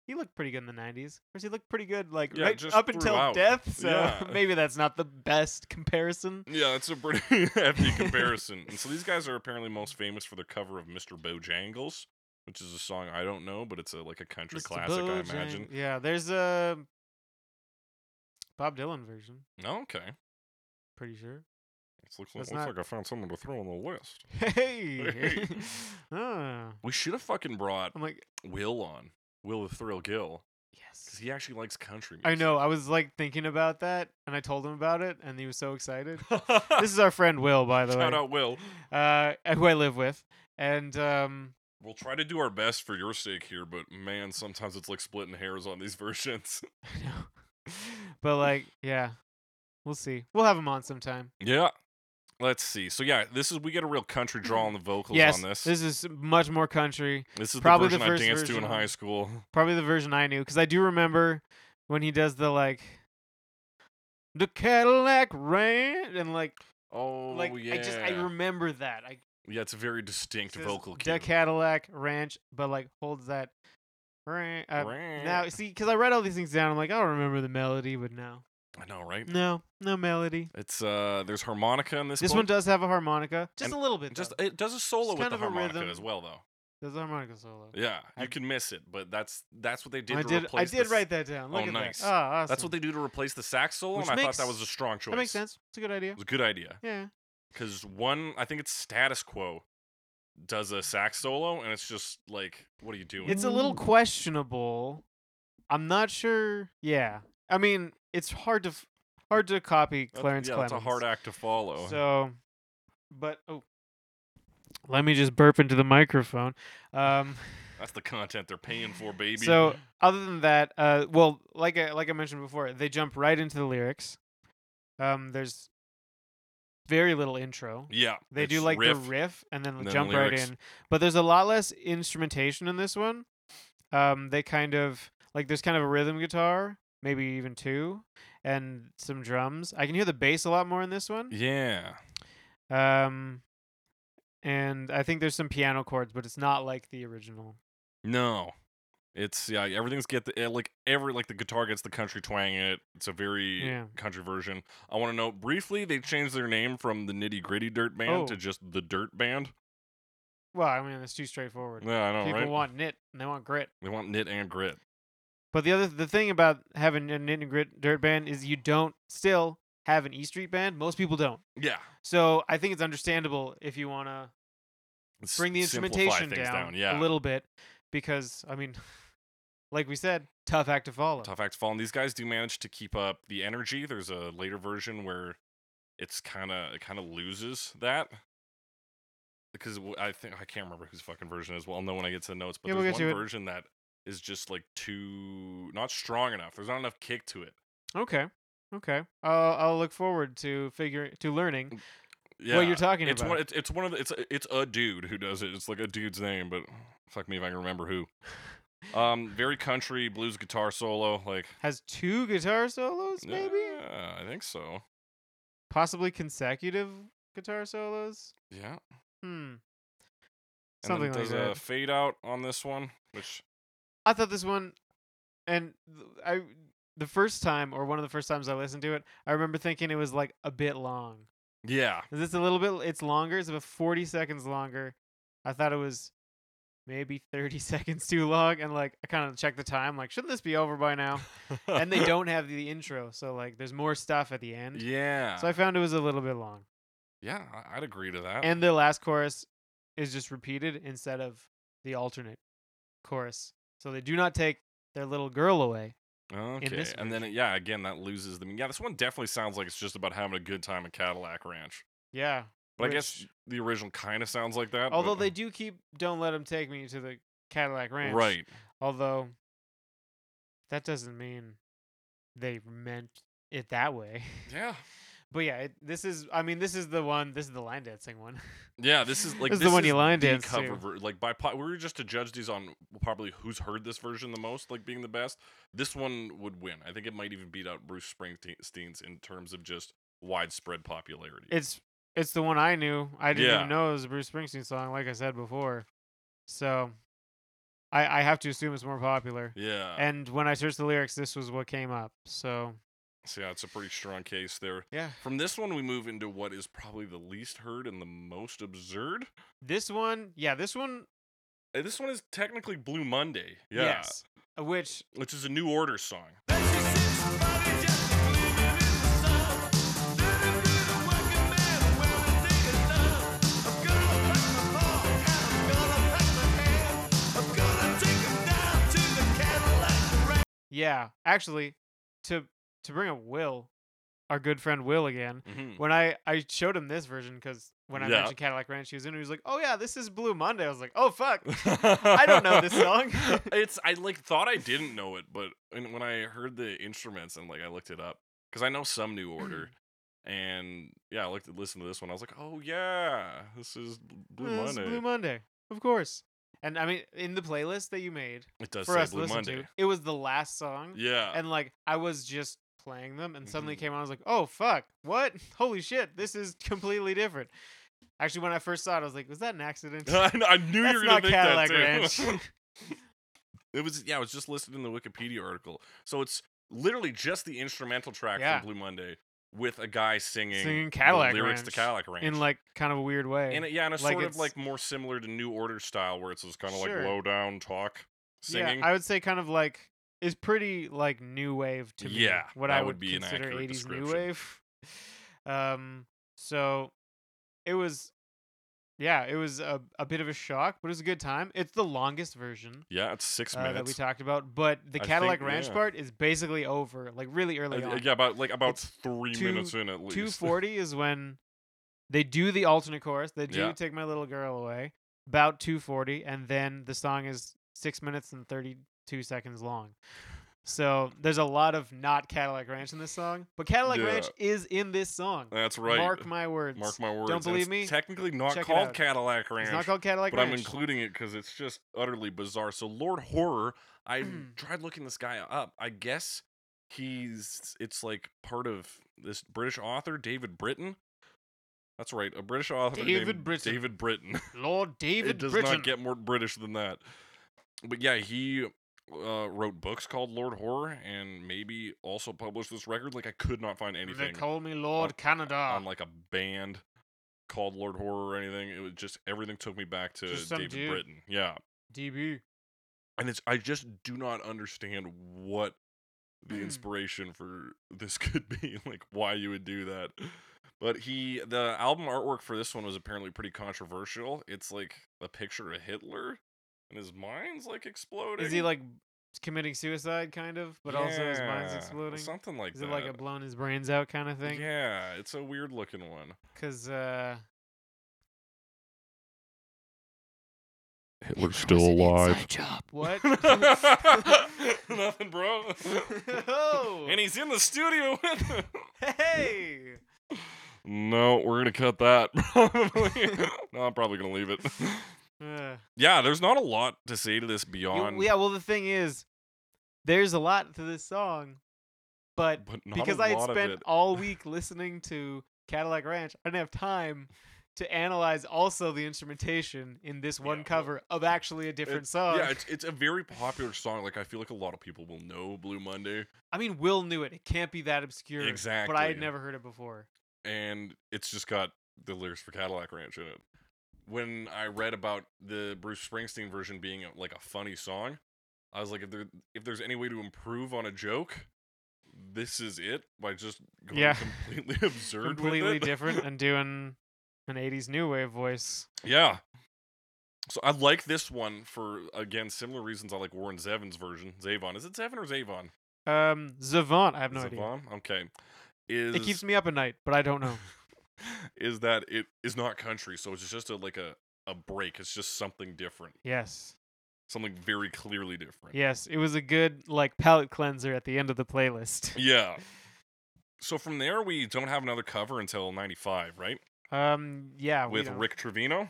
Speaker 2: he looked pretty good in the '90s. Of course, he looked pretty good like
Speaker 1: Yeah,
Speaker 2: right
Speaker 1: just
Speaker 2: up until
Speaker 1: throughout.
Speaker 2: death. So
Speaker 1: Yeah.
Speaker 2: maybe that's not the best comparison.
Speaker 1: Yeah, that's a pretty hefty comparison. and so these guys are apparently most famous for their cover of Mr. Bojangles, which is a song I don't know, but it's a, like a country
Speaker 2: Mr.
Speaker 1: classic, I
Speaker 2: Bojang-
Speaker 1: imagine.
Speaker 2: Yeah, there's a Bob Dylan version.
Speaker 1: No, okay.
Speaker 2: Pretty sure.
Speaker 1: It's looks,
Speaker 2: That's
Speaker 1: looks
Speaker 2: not-
Speaker 1: like I found something to throw on the list.
Speaker 2: Hey.
Speaker 1: Hey.
Speaker 2: Ah.
Speaker 1: We should have fucking brought
Speaker 2: I'm like
Speaker 1: Will on. Will the Thrill Gill. Because
Speaker 2: yes.
Speaker 1: he actually likes country music.
Speaker 2: I know. I was like thinking about that, and I told him about it, and he was so excited. this is our friend Will, by the
Speaker 1: Shout
Speaker 2: way,
Speaker 1: out Will.
Speaker 2: uh, who I live with, and um,
Speaker 1: We'll try to do our best for your sake here, but man, sometimes it's like splitting hairs on these versions.
Speaker 2: I know. but like, yeah, we'll see. We'll have him on sometime.
Speaker 1: yeah. Let's see. So yeah, this is we get a real country draw on the vocals
Speaker 2: yes,
Speaker 1: on this.
Speaker 2: is much more country.
Speaker 1: This is
Speaker 2: Probably
Speaker 1: the
Speaker 2: the
Speaker 1: version
Speaker 2: first
Speaker 1: I danced to
Speaker 2: version.
Speaker 1: in high school.
Speaker 2: Probably the version I knew because I do remember when he does the like. The Cadillac Ranch and like,
Speaker 1: Oh,
Speaker 2: like I just I remember that. I
Speaker 1: yeah, it's a very distinct
Speaker 2: says
Speaker 1: vocal
Speaker 2: The
Speaker 1: cue.
Speaker 2: Cadillac Ranch, but like holds that. Ranch. Uh, now
Speaker 1: Rah.
Speaker 2: see, because I write all these things down, I'm like I don't remember the melody, but no,
Speaker 1: I know, right?
Speaker 2: no, no melody.
Speaker 1: It's uh, there's harmonica in this.
Speaker 2: This
Speaker 1: book.
Speaker 2: one does have a harmonica, just
Speaker 1: And
Speaker 2: a little bit.
Speaker 1: just
Speaker 2: Just
Speaker 1: it does a solo with
Speaker 2: kind
Speaker 1: the
Speaker 2: of a
Speaker 1: harmonica
Speaker 2: rhythm.
Speaker 1: as well, though.
Speaker 2: does a harmonica solo.
Speaker 1: Yeah, you
Speaker 2: I-
Speaker 1: can miss it, but that's that's what they did.
Speaker 2: I
Speaker 1: to
Speaker 2: did. I
Speaker 1: Replace the
Speaker 2: did
Speaker 1: s-
Speaker 2: write that down. Look
Speaker 1: Oh,
Speaker 2: at
Speaker 1: nice.
Speaker 2: that. Oh, awesome.
Speaker 1: That's what they do to replace the sax solo,
Speaker 2: Which
Speaker 1: and I thought that
Speaker 2: makes-
Speaker 1: was a strong choice.
Speaker 2: That makes sense. It's a good idea.
Speaker 1: It was a good idea
Speaker 2: Yeah.
Speaker 1: because one, I think it's Status Quo, does a sax solo, and it's just like, what are you doing?
Speaker 2: It's a little questionable. I'm not sure. Yeah. I mean, it's hard to f- hard to copy
Speaker 1: That's-
Speaker 2: Clarence
Speaker 1: yeah,
Speaker 2: Clemens.
Speaker 1: that's a hard act to follow.
Speaker 2: So, but oh, let me just burp into the microphone. Um.
Speaker 1: That's the content they're paying for, baby.
Speaker 2: So other than that, uh, well, like I like I mentioned before, they jump right into the lyrics. Um, there's very little intro.
Speaker 1: yeah,
Speaker 2: They do
Speaker 1: it's
Speaker 2: like
Speaker 1: riff.
Speaker 2: the riff and then,
Speaker 1: and then
Speaker 2: jump
Speaker 1: lyrics.
Speaker 2: right in. But there's a lot less instrumentation in this one. Um, they kind of like there's kind of a rhythm guitar, maybe even two, and some drums. I can hear the bass a lot more in this one.
Speaker 1: Yeah,
Speaker 2: Um, and I think there's some piano chords, but it's not like the original.
Speaker 1: no, it's yeah. Everything's get the eh, like every like the guitar gets the country twang in it. It's a very
Speaker 2: Yeah.
Speaker 1: country version. I want to know briefly. They changed their name from the Nitty Gritty Dirt Band
Speaker 2: Oh.
Speaker 1: to just the Dirt Band.
Speaker 2: Well, I mean, it's too straightforward.
Speaker 1: Yeah, I know,
Speaker 2: People
Speaker 1: right?
Speaker 2: want knit and they want grit.
Speaker 1: they want knit and grit.
Speaker 2: But the other the thing about having a knit and grit dirt band is you don't still have an E Street band. Most people don't.
Speaker 1: Yeah,
Speaker 2: So I think it's understandable if you want to
Speaker 1: Let's
Speaker 2: bring the
Speaker 1: simplify
Speaker 2: instrumentation
Speaker 1: things
Speaker 2: down,
Speaker 1: Yeah,
Speaker 2: a little bit because I mean, like we said, tough act to follow.
Speaker 1: Tough act to follow. And these guys do manage to keep up the energy. There's a later version where it's kind of it kind of loses that because w- I think I can't remember whose fucking version it is. Well, I'll know when I get to the notes. But
Speaker 2: Yeah, we'll
Speaker 1: there's
Speaker 2: get
Speaker 1: one
Speaker 2: to it.
Speaker 1: version that is just like too not strong enough. There's not enough kick to it.
Speaker 2: Okay. Okay. I'll I'll look forward to figuring to learning
Speaker 1: Mm, Yeah.
Speaker 2: what you're talking
Speaker 1: it's
Speaker 2: about.
Speaker 1: one. It's, it's one of the. It's a- it's a dude who does it. It's like a dude's name, but fuck me if I can remember who. Um, very country blues guitar solo. Like
Speaker 2: Has two guitar solos, maybe?
Speaker 1: Yeah, I think so.
Speaker 2: Possibly consecutive guitar solos?
Speaker 1: Yeah.
Speaker 2: Hmm.
Speaker 1: And
Speaker 2: Something
Speaker 1: then
Speaker 2: like
Speaker 1: there's
Speaker 2: that.
Speaker 1: a fade out on this one, which
Speaker 2: I thought this one, and th- I the first time or one of the first times I listened to it, I remember thinking it was like a bit long.
Speaker 1: yeah,
Speaker 2: Is this a little bit? It's longer. It's about forty seconds longer. I thought it was maybe thirty seconds too long, and like I kind of checked the time, like shouldn't this be over by now? and they don't have the intro, so like there's more stuff at the end.
Speaker 1: Yeah.
Speaker 2: So I found it was a little bit long,
Speaker 1: yeah, I- I'd agree to that.
Speaker 2: and the last chorus is just repeated instead of the alternate chorus. So they do not take their little girl away.
Speaker 1: okay.
Speaker 2: this
Speaker 1: And then it, yeah, again that loses the yeah. This one definitely sounds like it's just about having a good time at Cadillac Ranch.
Speaker 2: Yeah.
Speaker 1: But I guess the original kind of sounds like that.
Speaker 2: although
Speaker 1: but-
Speaker 2: they do keep "Don't Let Him Take Me" to the Cadillac Ranch,
Speaker 1: right.
Speaker 2: Although that doesn't mean they meant it that way.
Speaker 1: Yeah.
Speaker 2: but yeah, it, this is. I mean, this is the one. This is the line dancing one.
Speaker 1: Yeah, this is like
Speaker 2: This is the one you line
Speaker 1: the
Speaker 2: dance to.
Speaker 1: cover ver- like by po- we were just to judge these on probably who's heard this version the most, like being the best. This one would win. I think it might even beat out Bruce Springsteen's in terms of just widespread popularity.
Speaker 2: it's it's the one I knew. I didn't
Speaker 1: Yeah.
Speaker 2: even know it was a Bruce Springsteen song. Like I said before, so I I have to assume it's more popular.
Speaker 1: yeah.
Speaker 2: And when I searched the lyrics, this was what came up. So
Speaker 1: so yeah, it's a pretty strong case there.
Speaker 2: yeah,
Speaker 1: From this one we move into what is probably the least heard and the most absurd.
Speaker 2: this one, yeah, this one,
Speaker 1: Uh, This one is technically Blue Monday. Yeah.
Speaker 2: yes, uh, which
Speaker 1: Which is a new order song.
Speaker 2: Yeah, actually, to to bring up Will, our good friend Will again.
Speaker 1: Mhm.
Speaker 2: When I I showed him this version because when I
Speaker 1: Yeah.
Speaker 2: mentioned Cadillac Ranch, he was in. it, He was like, "Oh yeah, this is Blue Monday." I was like, "Oh fuck." I don't know this song.
Speaker 1: it's I like thought I didn't know it, but and when I heard the instruments and like I looked it up because I know some New Order, and yeah, I looked at listened to this one. I was like, oh yeah, this is B- Blue
Speaker 2: Uh, it's
Speaker 1: Monday.
Speaker 2: Blue Monday, of course. And I mean, in the playlist that you made
Speaker 1: it does
Speaker 2: for
Speaker 1: say
Speaker 2: us to
Speaker 1: Blue
Speaker 2: listen
Speaker 1: Monday.
Speaker 2: to, it was the last song,
Speaker 1: Yeah,
Speaker 2: and like I was just playing them, and suddenly
Speaker 1: Mhm.
Speaker 2: came on. I was like, "Oh fuck, what? Holy shit, this is completely different." Actually, when I first saw it, I was like, "Was that an accident?"
Speaker 1: I, kn- I knew you
Speaker 2: That's
Speaker 1: were gonna
Speaker 2: not
Speaker 1: think
Speaker 2: Cadillac
Speaker 1: that
Speaker 2: Ranch.
Speaker 1: too. it was yeah, it was just listed in the Wikipedia article, so it's literally just the instrumental track
Speaker 2: Yeah.
Speaker 1: from Blue Monday with a guy singing,
Speaker 2: Singing
Speaker 1: the
Speaker 2: Cadillac
Speaker 1: lyrics to
Speaker 2: Ranch
Speaker 1: Cadillac Ranch
Speaker 2: in like kind of a weird way.
Speaker 1: And it, yeah, and it's
Speaker 2: Like,
Speaker 1: sort
Speaker 2: it's-
Speaker 1: of like more similar to New Order style, where it's just kind of
Speaker 2: Sure.
Speaker 1: like low down talk singing.
Speaker 2: Yeah, I would say kind of like is pretty like new wave to me.
Speaker 1: Yeah,
Speaker 2: what
Speaker 1: that
Speaker 2: I
Speaker 1: would
Speaker 2: would
Speaker 1: be an
Speaker 2: consider
Speaker 1: accurate
Speaker 2: '80s new
Speaker 1: description.
Speaker 2: wave. Um, so it was, yeah, it was a, a bit of a shock, but it was a good time. It's the longest version
Speaker 1: Yeah, it's six
Speaker 2: uh, that we
Speaker 1: minutes.
Speaker 2: talked about, but the
Speaker 1: I
Speaker 2: Cadillac
Speaker 1: think-
Speaker 2: Ranch
Speaker 1: yeah.
Speaker 2: part is basically over, like really
Speaker 1: Uh,
Speaker 2: early
Speaker 1: yeah,
Speaker 2: on.
Speaker 1: yeah, about like about
Speaker 2: It's
Speaker 1: three
Speaker 2: two-
Speaker 1: minutes in at least.
Speaker 2: Two forty is when they do the alternate chorus. They do
Speaker 1: Yeah.
Speaker 2: take my little girl away about two forty, and then the song is six minutes and thirty two seconds long. So there's a lot of not Cadillac Ranch in this song, but Cadillac
Speaker 1: Yeah.
Speaker 2: Ranch is in this song.
Speaker 1: That's right.
Speaker 2: Mark my words.
Speaker 1: Mark my words. and
Speaker 2: believe
Speaker 1: it's
Speaker 2: me?
Speaker 1: Technically not
Speaker 2: Check it
Speaker 1: called
Speaker 2: out.
Speaker 1: Cadillac Ranch,
Speaker 2: it's not called Cadillac
Speaker 1: but
Speaker 2: Ranch.
Speaker 1: I'm including it because it's just utterly bizarre. So Lord Horror, I
Speaker 2: Mm.
Speaker 1: tried looking this guy up. I guess he's it's like part of this British author David Britton. That's right, a British author
Speaker 2: David
Speaker 1: named
Speaker 2: Britton.
Speaker 1: David Britton.
Speaker 2: Lord David
Speaker 1: it does
Speaker 2: Bridgen.
Speaker 1: not get more British than that. But yeah, he uh, wrote books called Lord Horror and maybe also published this record. Like I could not find
Speaker 2: they uh,
Speaker 1: anything
Speaker 2: call me Lord Canada.
Speaker 1: on like a band called Lord Horror or anything. It was just everything took me back to
Speaker 2: Just some
Speaker 1: David
Speaker 2: dude.
Speaker 1: Britton. Yeah.
Speaker 2: DB.
Speaker 1: And it's I just do not understand what
Speaker 2: Mm.
Speaker 1: the inspiration for this could be, like why you would do that. But he the album artwork for this one was apparently pretty controversial. It's like a picture of Hitler and his mind's like exploding.
Speaker 2: Is he like committing suicide, kind of, but also his mind's
Speaker 1: Yeah,
Speaker 2: exploding?
Speaker 1: Something like
Speaker 2: Is
Speaker 1: that.
Speaker 2: it like a blown his brains out kind of thing?
Speaker 1: Yeah, it's a weird looking one.
Speaker 2: Cause uh,
Speaker 1: Hitler's still alive.
Speaker 2: What?
Speaker 1: Nothing, bro.
Speaker 2: oh,
Speaker 1: and he's in the studio with.
Speaker 2: hey.
Speaker 1: no, we're gonna cut that. Probably. no, I'm probably gonna leave it.
Speaker 2: Ugh.
Speaker 1: Yeah, there's not a lot to say to this
Speaker 2: You-
Speaker 1: beyond.
Speaker 2: yeah, well, the thing is, there's a lot to this song, but
Speaker 1: but not
Speaker 2: because
Speaker 1: a
Speaker 2: I had
Speaker 1: lot of
Speaker 2: spent
Speaker 1: it.
Speaker 2: all week listening to Cadillac Ranch, I didn't have time to analyze also the instrumentation in this one
Speaker 1: well,
Speaker 2: cover of actually a different song.
Speaker 1: Yeah, it's, it's a very popular song. Like I feel like a lot of people will know Blue Monday,
Speaker 2: I mean, Will knew it. It can't be that obscure. But I
Speaker 1: Exactly.
Speaker 2: had never heard it before.
Speaker 1: and it's just got the lyrics for Cadillac Ranch in it. When I read about the Bruce Springsteen version being like a funny song, I was like, if there if there's any way to improve on a joke, this is it by just going
Speaker 2: Yeah.
Speaker 1: completely absurd, with
Speaker 2: Completely
Speaker 1: it.
Speaker 2: different and doing an 80s new wave voice.
Speaker 1: Yeah. So I like this one for again similar reasons. I like Warren Zevon's version. Zavon, is it Zevon or Zavon?
Speaker 2: Um, Zavant, I have no idea.
Speaker 1: Zavon. Okay. Is
Speaker 2: It keeps me up at night, but I don't know.
Speaker 1: is that it is not country, so it's just a like a a break. It's just something different,
Speaker 2: yes.
Speaker 1: something very clearly different.
Speaker 2: Yes, it was a good like palate cleanser at the end of the playlist.
Speaker 1: Yeah. So from there, we don't have another cover until '95, right?
Speaker 2: Um, yeah, we
Speaker 1: With
Speaker 2: don't-
Speaker 1: Rick Trevino.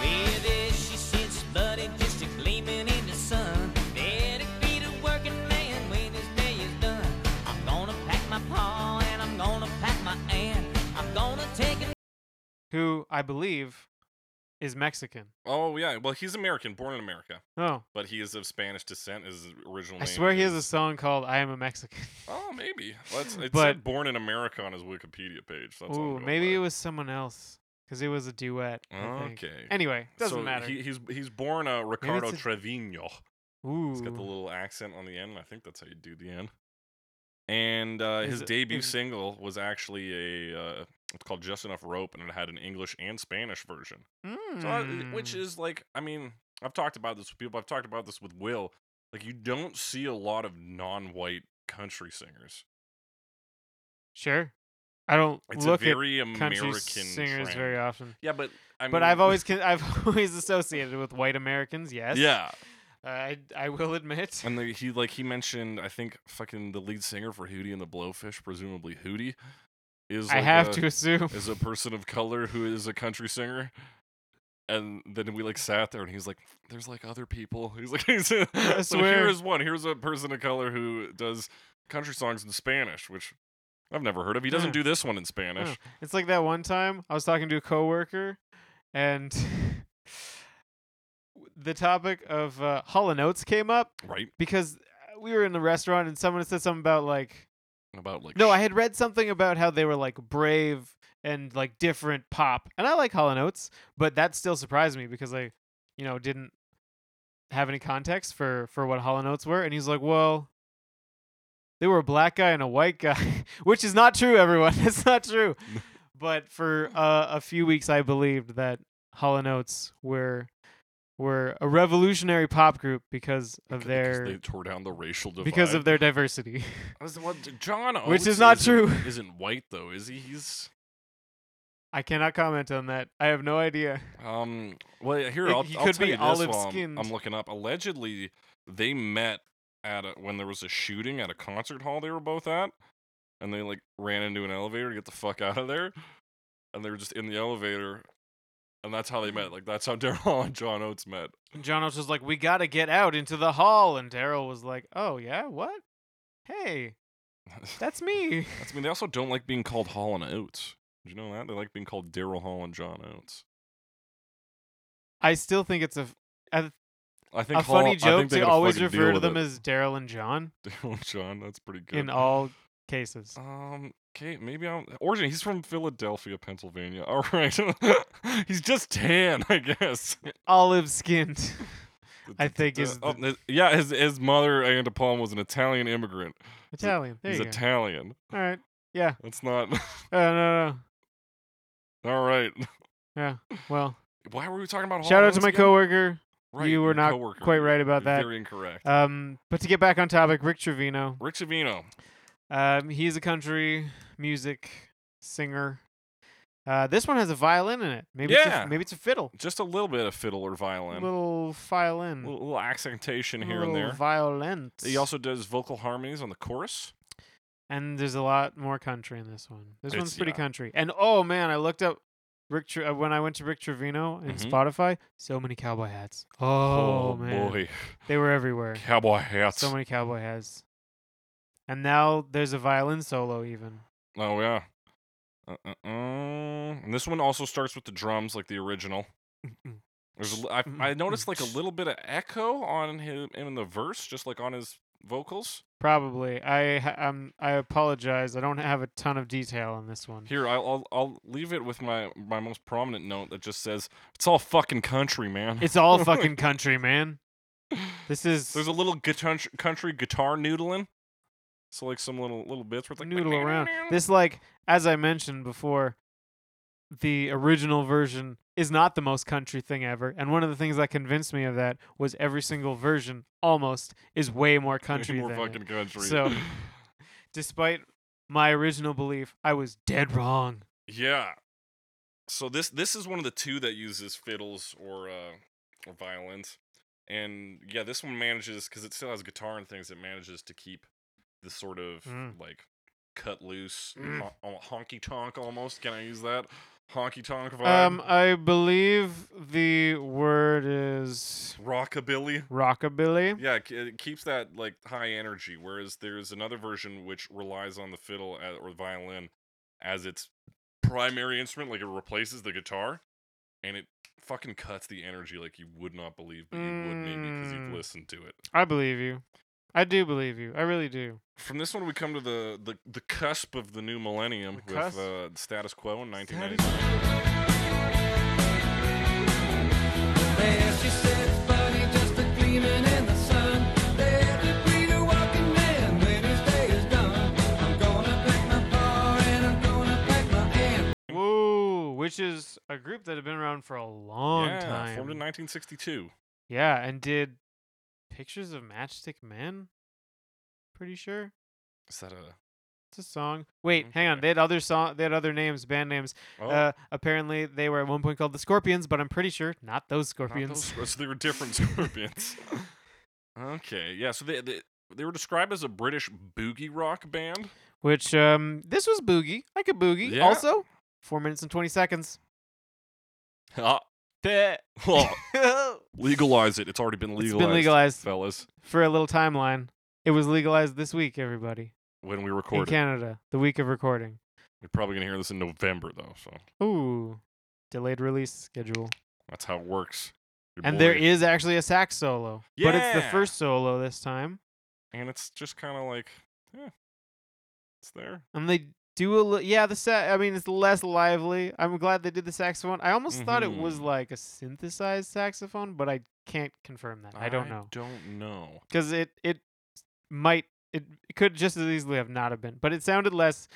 Speaker 4: Well, there she sits, buddy, just a gleaming in the sun. Let it be the working man when his day is done. I'm gonna pack my paw and I'm gonna pack my aunt. I'm gonna take a
Speaker 2: who I believe is Mexican.
Speaker 1: Oh yeah, well he's American, born in America,
Speaker 2: Oh,
Speaker 1: but he is of Spanish descent. His original name.
Speaker 2: I swear he has
Speaker 1: is-
Speaker 2: a song called "I Am a Mexican."
Speaker 1: Oh, maybe. Let's. It
Speaker 2: But-
Speaker 1: said born in America on his Wikipedia page. so That's all I'm
Speaker 2: Ooh,
Speaker 1: going
Speaker 2: maybe
Speaker 1: by.
Speaker 2: it was someone else because it was a duet. I think.
Speaker 1: Okay.
Speaker 2: Anyway, doesn't
Speaker 1: So
Speaker 2: matter.
Speaker 1: He, he's he's born uh, Ricardo
Speaker 2: it's a-
Speaker 1: Trevino.
Speaker 2: Ooh,
Speaker 1: He's got the little accent on the end. and I think that's how you do the end. And uh,
Speaker 2: Is
Speaker 1: his
Speaker 2: it-
Speaker 1: debut
Speaker 2: is-
Speaker 1: single was actually a. Uh, it's called Just Enough Rope, and it had an English and Spanish version. So I- which
Speaker 2: Mm.
Speaker 1: is like, I mean, I've talked about this with people. I've talked about this with Will. Like, you don't see a lot of non-white country singers.
Speaker 2: sure. I don't
Speaker 1: It's
Speaker 2: look
Speaker 1: a very
Speaker 2: at
Speaker 1: American
Speaker 2: country singers
Speaker 1: trend.
Speaker 2: very often,
Speaker 1: Yeah, but I mean,
Speaker 2: but I've always con- I've always associated with white Americans. Yes. Uh,
Speaker 1: yeah,
Speaker 2: I I will admit.
Speaker 1: and the, he like he mentioned I think fucking the lead singer for Hootie and the Blowfish, presumably Hootie, is
Speaker 2: I
Speaker 1: like
Speaker 2: have
Speaker 1: a,
Speaker 2: to assume.
Speaker 1: is a person of color who is a country singer. And then we like sat there, and he's like, "There's like other people." He's like, he's, "So here
Speaker 2: swear.
Speaker 1: is one. Here's a person of color who does country songs in Spanish, which I've never heard of. He doesn't
Speaker 2: Yeah.
Speaker 1: do this one in
Speaker 2: Oh,
Speaker 1: Spanish.
Speaker 2: It's like that one time I was talking to a coworker, and the topic of uh, Hall and Oates came up
Speaker 1: Right
Speaker 2: because uh, we were in the restaurant and someone said something about like
Speaker 1: about like
Speaker 2: no,
Speaker 1: sh-
Speaker 2: I had read something about how they were like brave and like different pop, and I like Hall and Oates, but that still surprised me because I, you know, didn't have any context for for what Hall and Oates were, and he's like, well. They were a black guy and a white guy, which is not true, everyone. That's not true. But for uh, a few weeks, I believed that Hall and Oates were were a revolutionary pop group because of
Speaker 1: because
Speaker 2: their
Speaker 1: they tore down the racial divide
Speaker 2: because of their diversity.
Speaker 1: I was- well, John,
Speaker 2: Which is
Speaker 1: Oates
Speaker 2: not
Speaker 1: isn't-
Speaker 2: true.
Speaker 1: Isn't white though, is he? He's
Speaker 2: I cannot comment on that. I have no idea.
Speaker 1: Um. Well, yeah, here
Speaker 2: It-
Speaker 1: I'll,
Speaker 2: he
Speaker 1: I'll
Speaker 2: could
Speaker 1: tell
Speaker 2: be
Speaker 1: you this while I'm,
Speaker 2: olive-skinned.
Speaker 1: I'm looking up. Allegedly, they met at a, when there was a shooting at a concert hall they were both at, and they like ran into an elevator to get the fuck out of there, and they were just in the elevator, and that's how they met. Like that's how Daryl Hall and John Oates met.
Speaker 2: And John Oates was like, "We gotta get out into the hall," and Daryl was like, "Oh yeah, what? Hey, that's me."
Speaker 1: That's I mean they also don't like being called Hall and Oates. Did you know that they like being called Daryl Hall and John Oates?
Speaker 2: I still think it's a f- a,
Speaker 1: I think
Speaker 2: a
Speaker 1: Hall,
Speaker 2: funny
Speaker 1: I think
Speaker 2: joke
Speaker 1: they
Speaker 2: to
Speaker 1: gotta
Speaker 2: always
Speaker 1: fucking
Speaker 2: refer
Speaker 1: deal
Speaker 2: to
Speaker 1: with
Speaker 2: them
Speaker 1: it.
Speaker 2: as Daryl and John
Speaker 1: Daryl and John. That's pretty good.
Speaker 2: in all cases.
Speaker 1: Um. Okay. Maybe I'm. Origin. He's from Philadelphia, Pennsylvania. All right. he's just tan, I guess.
Speaker 2: Olive skinned. I think
Speaker 1: Uh,
Speaker 2: is
Speaker 1: oh,
Speaker 2: the-
Speaker 1: his- yeah. His his mother Anna Palm was an Italian immigrant.
Speaker 2: Italian. There
Speaker 1: he's
Speaker 2: you go.
Speaker 1: Italian.
Speaker 2: All right. Yeah.
Speaker 1: That's not.
Speaker 2: Uh, no, no.
Speaker 1: all right.
Speaker 2: no. Well,
Speaker 1: Why were we talking about?
Speaker 2: shout out
Speaker 1: Hollands
Speaker 2: to my
Speaker 1: again?
Speaker 2: coworker.
Speaker 1: Right,
Speaker 2: you were
Speaker 1: your
Speaker 2: not
Speaker 1: coworker.
Speaker 2: quite right about
Speaker 1: You're
Speaker 2: that.
Speaker 1: Very incorrect.
Speaker 2: Um, but to get back on topic, Rick Trevino.
Speaker 1: Rick Savino.
Speaker 2: Um, he's a country music singer. Uh, this one has a violin in it. Maybe it's
Speaker 1: Yeah.
Speaker 2: a, maybe it's a fiddle.
Speaker 1: Just a little bit of fiddle or violin.
Speaker 2: Little violin.
Speaker 1: little, little accentation here
Speaker 2: little
Speaker 1: and there.
Speaker 2: Violent.
Speaker 1: He also does vocal harmonies on the chorus.
Speaker 2: and there's a lot more country in this one. This one's
Speaker 1: It's-
Speaker 2: pretty
Speaker 1: yeah.
Speaker 2: country. And oh man, I looked up Rick Tre- uh, when I went to Rick Trevino in
Speaker 1: Mhm.
Speaker 2: Spotify. So many cowboy hats. Oh, man,
Speaker 1: boy,
Speaker 2: they were everywhere.
Speaker 1: cowboy hats.
Speaker 2: So many cowboy hats. And now there's a violin solo even.
Speaker 1: oh yeah. Uh, uh, uh. And this one also starts with the drums, like the original. There's a li-
Speaker 2: Mm-hmm.
Speaker 1: I- I noticed like a little bit of echo on him in the verse, just like on his vocals.
Speaker 2: Probably. I ha- um I apologize. I don't have a ton of detail on this one.
Speaker 1: Here, I'll I'll, I'll leave it with my my most prominent note that just says it's all fucking country, man.
Speaker 2: It's all fucking country, man. This is
Speaker 1: There's a little guitar country guitar noodling. So like some little little bits where it's like
Speaker 2: noodle around. This like as I mentioned before, the original version is not the most country thing ever. And one of the things that convinced me of that was every single version almost is way more country
Speaker 1: more
Speaker 2: than it.
Speaker 1: fucking country.
Speaker 2: So- despite my original belief, I was dead wrong.
Speaker 1: yeah. So this this is one of the two that uses fiddles or uh or violins. And yeah, this one manages cuz it still has guitar and things it manages to keep the sort of
Speaker 2: Mm.
Speaker 1: like cut loose
Speaker 2: Mm.
Speaker 1: honky tonk almost. Can I use that? Honky tonk vibe.
Speaker 2: Um I believe the word is
Speaker 1: rockabilly.
Speaker 2: rockabilly.
Speaker 1: Yeah, it- it keeps that like high energy. Whereas there's another version which relies on the fiddle a- or violin as its primary instrument, like it replaces the guitar, and it fucking cuts the energy like you would not believe, but you would maybe because you've
Speaker 2: Mm.
Speaker 1: listened to it.
Speaker 2: I believe you. I do believe you. I really do.
Speaker 1: From this one, we come to the the, the cusp of the new millennium
Speaker 2: The
Speaker 1: with
Speaker 2: cusp?
Speaker 1: uh, status quo in 1999.
Speaker 4: There she sits, buddy, just a gleaming in the sun. There to greet a walking man when his day is done. I'm gonna pack my bar and I'm gonna pack my amp.
Speaker 2: Whoa, which is a group that had been around for a long
Speaker 1: yeah,
Speaker 2: time.
Speaker 1: formed in 1962.
Speaker 2: Yeah, and did Pictures of Matchstick Men? Pretty sure.
Speaker 1: Is that a
Speaker 2: It's a song. Wait, hang on. They had other song they had other names, band names.
Speaker 1: oh?
Speaker 2: Uh apparently they were at one point called the Scorpions, but I'm pretty sure not those
Speaker 1: Not those
Speaker 2: Scorpions.
Speaker 1: scor- so they were different scorpions. okay, yeah. So they, they they were described as a British boogie rock band.
Speaker 2: Which um this was Boogie. I could Boogie.
Speaker 1: Yeah.
Speaker 2: Also, four minutes and twenty seconds.
Speaker 1: Ah, oh, legalize it. It's already been
Speaker 2: It's
Speaker 1: legalized,
Speaker 2: been legalized
Speaker 1: fellas.
Speaker 2: for a little timeline. It was legalized this week, everybody.
Speaker 1: When we
Speaker 2: In
Speaker 1: record, it.
Speaker 2: Canada, the week of recording.
Speaker 1: we're probably gonna hear this in November though. So
Speaker 2: Ooh. Delayed release schedule.
Speaker 1: that's how it works. Your
Speaker 2: And there
Speaker 1: boy.
Speaker 2: is actually a sax solo, but it's the
Speaker 1: Yeah.
Speaker 2: first solo this time.
Speaker 1: and it's just kind of like, yeah, it's there.
Speaker 2: And they do a li- yeah, the sa- I mean, it's less lively. I'm glad they did the saxophone. I almost thought it was
Speaker 1: Mhm.
Speaker 2: like a synthesized saxophone, but I can't confirm that. I don't know
Speaker 1: Don't know.
Speaker 2: because it it might it, it could just as easily have not have been, but it sounded less.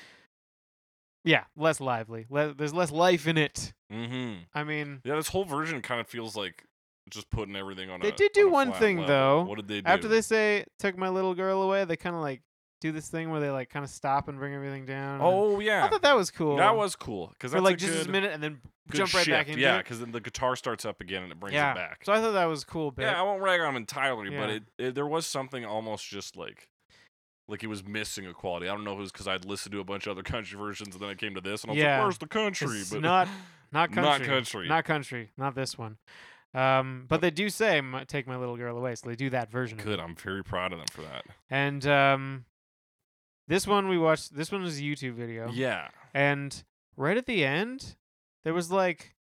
Speaker 2: Yeah, less lively. Le- there's less life in it.
Speaker 1: Mm-hmm.
Speaker 2: I mean,
Speaker 1: Yeah, this whole version kind of feels like just putting everything on.
Speaker 2: They
Speaker 1: a-
Speaker 2: did do
Speaker 1: on a
Speaker 2: one
Speaker 1: flat
Speaker 2: thing,
Speaker 1: level.
Speaker 2: though.
Speaker 1: What did they do
Speaker 2: after they say "took my little girl away," they kind of like do this thing where they like kind of stop and bring everything down. and-
Speaker 1: Oh yeah,
Speaker 2: I thought that was cool.
Speaker 1: That was cool because
Speaker 2: for
Speaker 1: that's
Speaker 2: like
Speaker 1: a
Speaker 2: just
Speaker 1: good,
Speaker 2: this minute and then
Speaker 1: good
Speaker 2: jump right back
Speaker 1: shift.
Speaker 2: into
Speaker 1: yeah,
Speaker 2: it.
Speaker 1: because then the guitar starts up again and it brings
Speaker 2: Yeah.
Speaker 1: it back.
Speaker 2: So I thought that was a cool. Bit.
Speaker 1: yeah, I won't rag on him entirely, but
Speaker 2: Yeah.
Speaker 1: it, it there was something almost just like like it was missing a quality. I don't know if it was because I'd listened to a bunch of other country versions and then I came to this and I was
Speaker 2: Yeah.
Speaker 1: like, "Where's the country?"
Speaker 2: It's
Speaker 1: but
Speaker 2: not- Not country.
Speaker 1: Not country.
Speaker 2: Not country. Not this one. Um, but they do say "M- "Take My Little Girl Away," so they do that version. of it.
Speaker 1: good. I'm very proud of them for that.
Speaker 2: And um, this one we watched. This one was a YouTube video.
Speaker 1: Yeah,
Speaker 2: And right at the end, there was like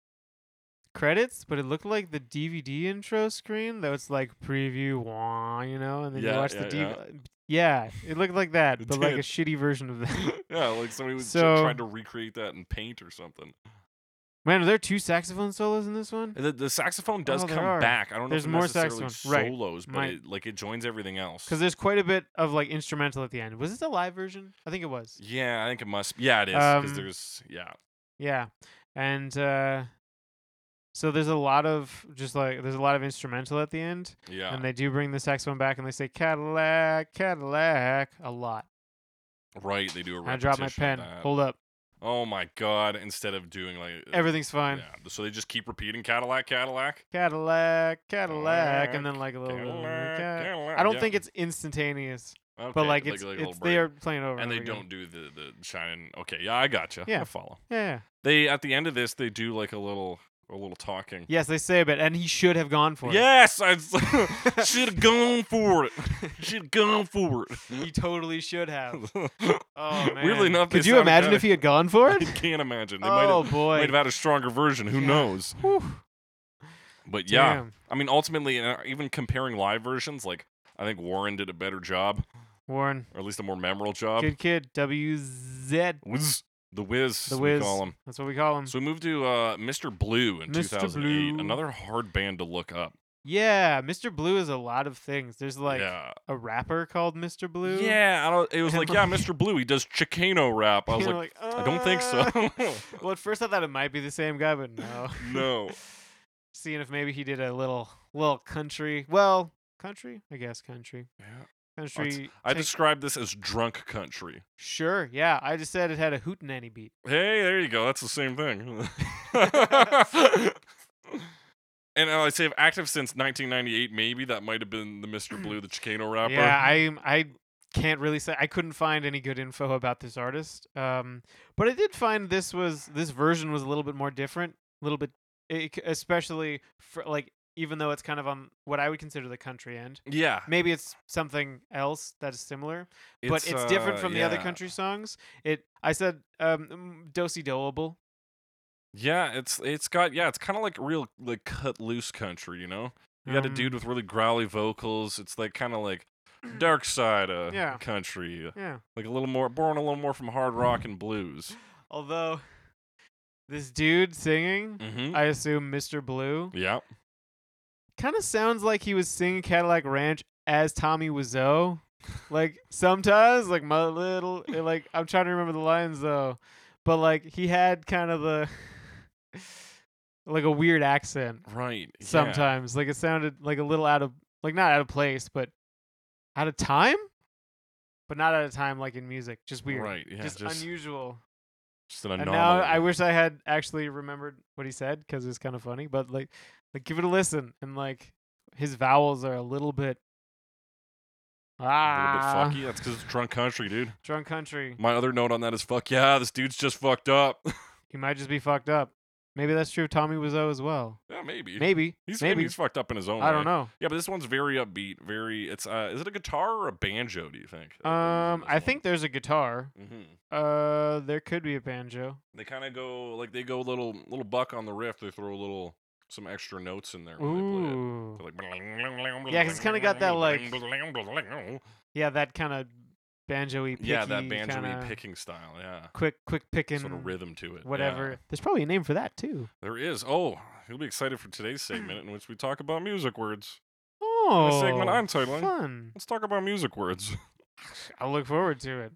Speaker 2: credits, but it looked like the DVD intro screen that was like preview, wah, you know, and then
Speaker 1: Yeah,
Speaker 2: you watch
Speaker 1: yeah,
Speaker 2: the DVD. Yeah. it looked like that,
Speaker 1: It
Speaker 2: but like a
Speaker 1: did.
Speaker 2: shitty version of that.
Speaker 1: yeah, like somebody was ju-
Speaker 2: So-
Speaker 1: trying to recreate that in paint or something.
Speaker 2: Man, are there two saxophone solos in this one?
Speaker 1: The, the saxophone does
Speaker 2: Oh, there
Speaker 1: come
Speaker 2: are.
Speaker 1: back. I don't know
Speaker 2: There's
Speaker 1: if it
Speaker 2: more
Speaker 1: necessarily
Speaker 2: saxophone. Right.
Speaker 1: solos, but
Speaker 2: My-
Speaker 1: it, like it joins everything else.
Speaker 2: Because there's quite a bit of like instrumental at the end. Was this a live version? I think it was.
Speaker 1: yeah, I think it must. Yeah, it is because
Speaker 2: Um,
Speaker 1: there's yeah.
Speaker 2: Yeah, and uh, so there's a lot of just like there's a lot of instrumental at the end,
Speaker 1: Yeah.
Speaker 2: and they do bring the saxophone back, and they say Cadillac, Cadillac a lot.
Speaker 1: Right, they do a
Speaker 2: I dropped my
Speaker 1: repetition of
Speaker 2: pen.
Speaker 1: that.
Speaker 2: Hold up.
Speaker 1: Oh my god! Instead of doing like uh,
Speaker 2: Everything's fine.
Speaker 1: yeah, so they just keep repeating Cadillac, Cadillac.
Speaker 2: Cadillac, Cadillac, and then like a little.
Speaker 1: Cadillac,
Speaker 2: Cadillac.
Speaker 1: Cadillac.
Speaker 2: uh, I don't
Speaker 1: Yeah.
Speaker 2: think it's instantaneous,
Speaker 1: Okay,
Speaker 2: but like it's,
Speaker 1: a little
Speaker 2: it's they
Speaker 1: break.
Speaker 2: are playing over
Speaker 1: and they
Speaker 2: over again.
Speaker 1: don't do the the shining. Okay, yeah, I gotcha. I
Speaker 2: Yeah.
Speaker 1: follow.
Speaker 2: Yeah, yeah.
Speaker 1: They at the end of this, they do like a little a little talking.
Speaker 2: Yes, they say a bit, and he should have gone for it.
Speaker 1: Yes, I should have gone for it. Should have gone for
Speaker 2: he totally should have.
Speaker 1: it.
Speaker 2: Oh man.
Speaker 1: Weirdly enough,
Speaker 2: could you imagine if he had gone for
Speaker 1: I
Speaker 2: it?
Speaker 1: can't imagine. They might
Speaker 2: oh
Speaker 1: have
Speaker 2: boy.
Speaker 1: might have had a stronger version. Who
Speaker 2: Yeah.
Speaker 1: knows?
Speaker 2: Whew.
Speaker 1: But yeah,
Speaker 2: Damn.
Speaker 1: I mean, ultimately, uh, even comparing live versions, like I think Warren did a better job,
Speaker 2: Warren,
Speaker 1: or at least a more memorable job.
Speaker 2: good kid, WZ.
Speaker 1: Wiz, the Wiz,
Speaker 2: The
Speaker 1: we
Speaker 2: Wiz.
Speaker 1: call him.
Speaker 2: That's what we call him.
Speaker 1: So we moved to uh, Mr. Blue in
Speaker 2: Mr.
Speaker 1: 2008.
Speaker 2: Blue.
Speaker 1: Another hard band to look up.
Speaker 2: yeah, Mr. Blue is a lot of things. There's like
Speaker 1: yeah,
Speaker 2: a rapper called Mr. Blue.
Speaker 1: yeah. I don't, it was like, yeah, Mr. Blue. He does Chicano rap. I was
Speaker 2: You're
Speaker 1: like, I don't think
Speaker 2: "Uh."
Speaker 1: so.
Speaker 2: well, at first I thought it might be the same guy, but no.
Speaker 1: no.
Speaker 2: Seeing if maybe he did a little little country. Well, country, I guess country.
Speaker 1: Yeah.
Speaker 2: Country.
Speaker 1: I
Speaker 2: take-
Speaker 1: described this as drunk country.
Speaker 2: sure. Yeah, I just said it had a hootenanny beat.
Speaker 1: Hey, there you go. That's the same thing. and uh, I'd say if active since 1998, maybe that might have been the Mr. Blue, the Chicano rapper.
Speaker 2: Yeah, I I can't really say I couldn't find any good info about this artist. Um, but I did find this was this version was a little bit more different, a little bit, it, c- especially for like even though it's kind of on what I would consider the country end.
Speaker 1: yeah.
Speaker 2: Maybe it's something else that is similar, but it's different
Speaker 1: uh,
Speaker 2: from the other
Speaker 1: yeah.
Speaker 2: country songs. It I said um, dosy doable.
Speaker 1: Yeah, it's it's got yeah, it's kind of like real like cut loose country, you know. You got a
Speaker 2: Um,
Speaker 1: dude with really growly vocals. It's like kind of like dark side of
Speaker 2: Yeah.
Speaker 1: country,
Speaker 2: Um, Yeah.
Speaker 1: like a little more born a little more from hard rock and blues.
Speaker 2: Although this dude singing,
Speaker 1: hmm
Speaker 2: I assume Mr. Blue.
Speaker 1: yeah,
Speaker 2: kind of sounds like he was singing Cadillac Ranch as Tommy Wiseau. Like sometimes, like my little, eh, like I'm trying to remember the lines though, but like he had kind of the like a weird accent
Speaker 1: right. yeah.
Speaker 2: sometimes. Like it sounded like a little out of like not out of place, but out of time, but not out of time like in music. Just weird,
Speaker 1: Right. Yeah.
Speaker 2: just,
Speaker 1: Just, just,
Speaker 2: unusual.
Speaker 1: an
Speaker 2: And
Speaker 1: anomaly.
Speaker 2: now I wish I had actually remembered what he said because it's kind of funny. But like, like give it a listen, and like his vowels are a little bit ah
Speaker 1: a little bit fucky. That's because it's drunk country, dude.
Speaker 2: drunk country.
Speaker 1: My other note on that is fuck yeah, this dude's just fucked up.
Speaker 2: He might just be fucked up. Maybe that's true of Tommy Wiseau as well.
Speaker 1: yeah, maybe.
Speaker 2: Maybe,
Speaker 1: He's maybe
Speaker 2: maybe
Speaker 1: he's fucked up in his own.
Speaker 2: I
Speaker 1: way.
Speaker 2: don't know.
Speaker 1: Yeah, but this one's very upbeat. Very. It's uh, is it a guitar or a banjo? Do you think?
Speaker 2: Um, I think there's a guitar.
Speaker 1: Mm-hmm.
Speaker 2: Uh, there could be a banjo.
Speaker 1: They kind of go like they go a little little buck on the riff. They throw a little some extra notes in there. When they play it.
Speaker 2: Ooh,
Speaker 1: They're Like,
Speaker 2: Yeah, 'cause it's kinda got that, like- yeah, that kind of banjoy.
Speaker 1: yeah, that banjo
Speaker 2: kinda
Speaker 1: picking style. Yeah,
Speaker 2: Quick, quick picking.
Speaker 1: sort of rhythm to it. yeah.
Speaker 2: Whatever. There's probably a name for that too.
Speaker 1: There is. Oh, you'll be excited for today's segment in which we talk about music words.
Speaker 2: Oh,
Speaker 1: segment I'm titling.
Speaker 2: Fun.
Speaker 1: Let's talk about music words.
Speaker 2: I'll look forward to it.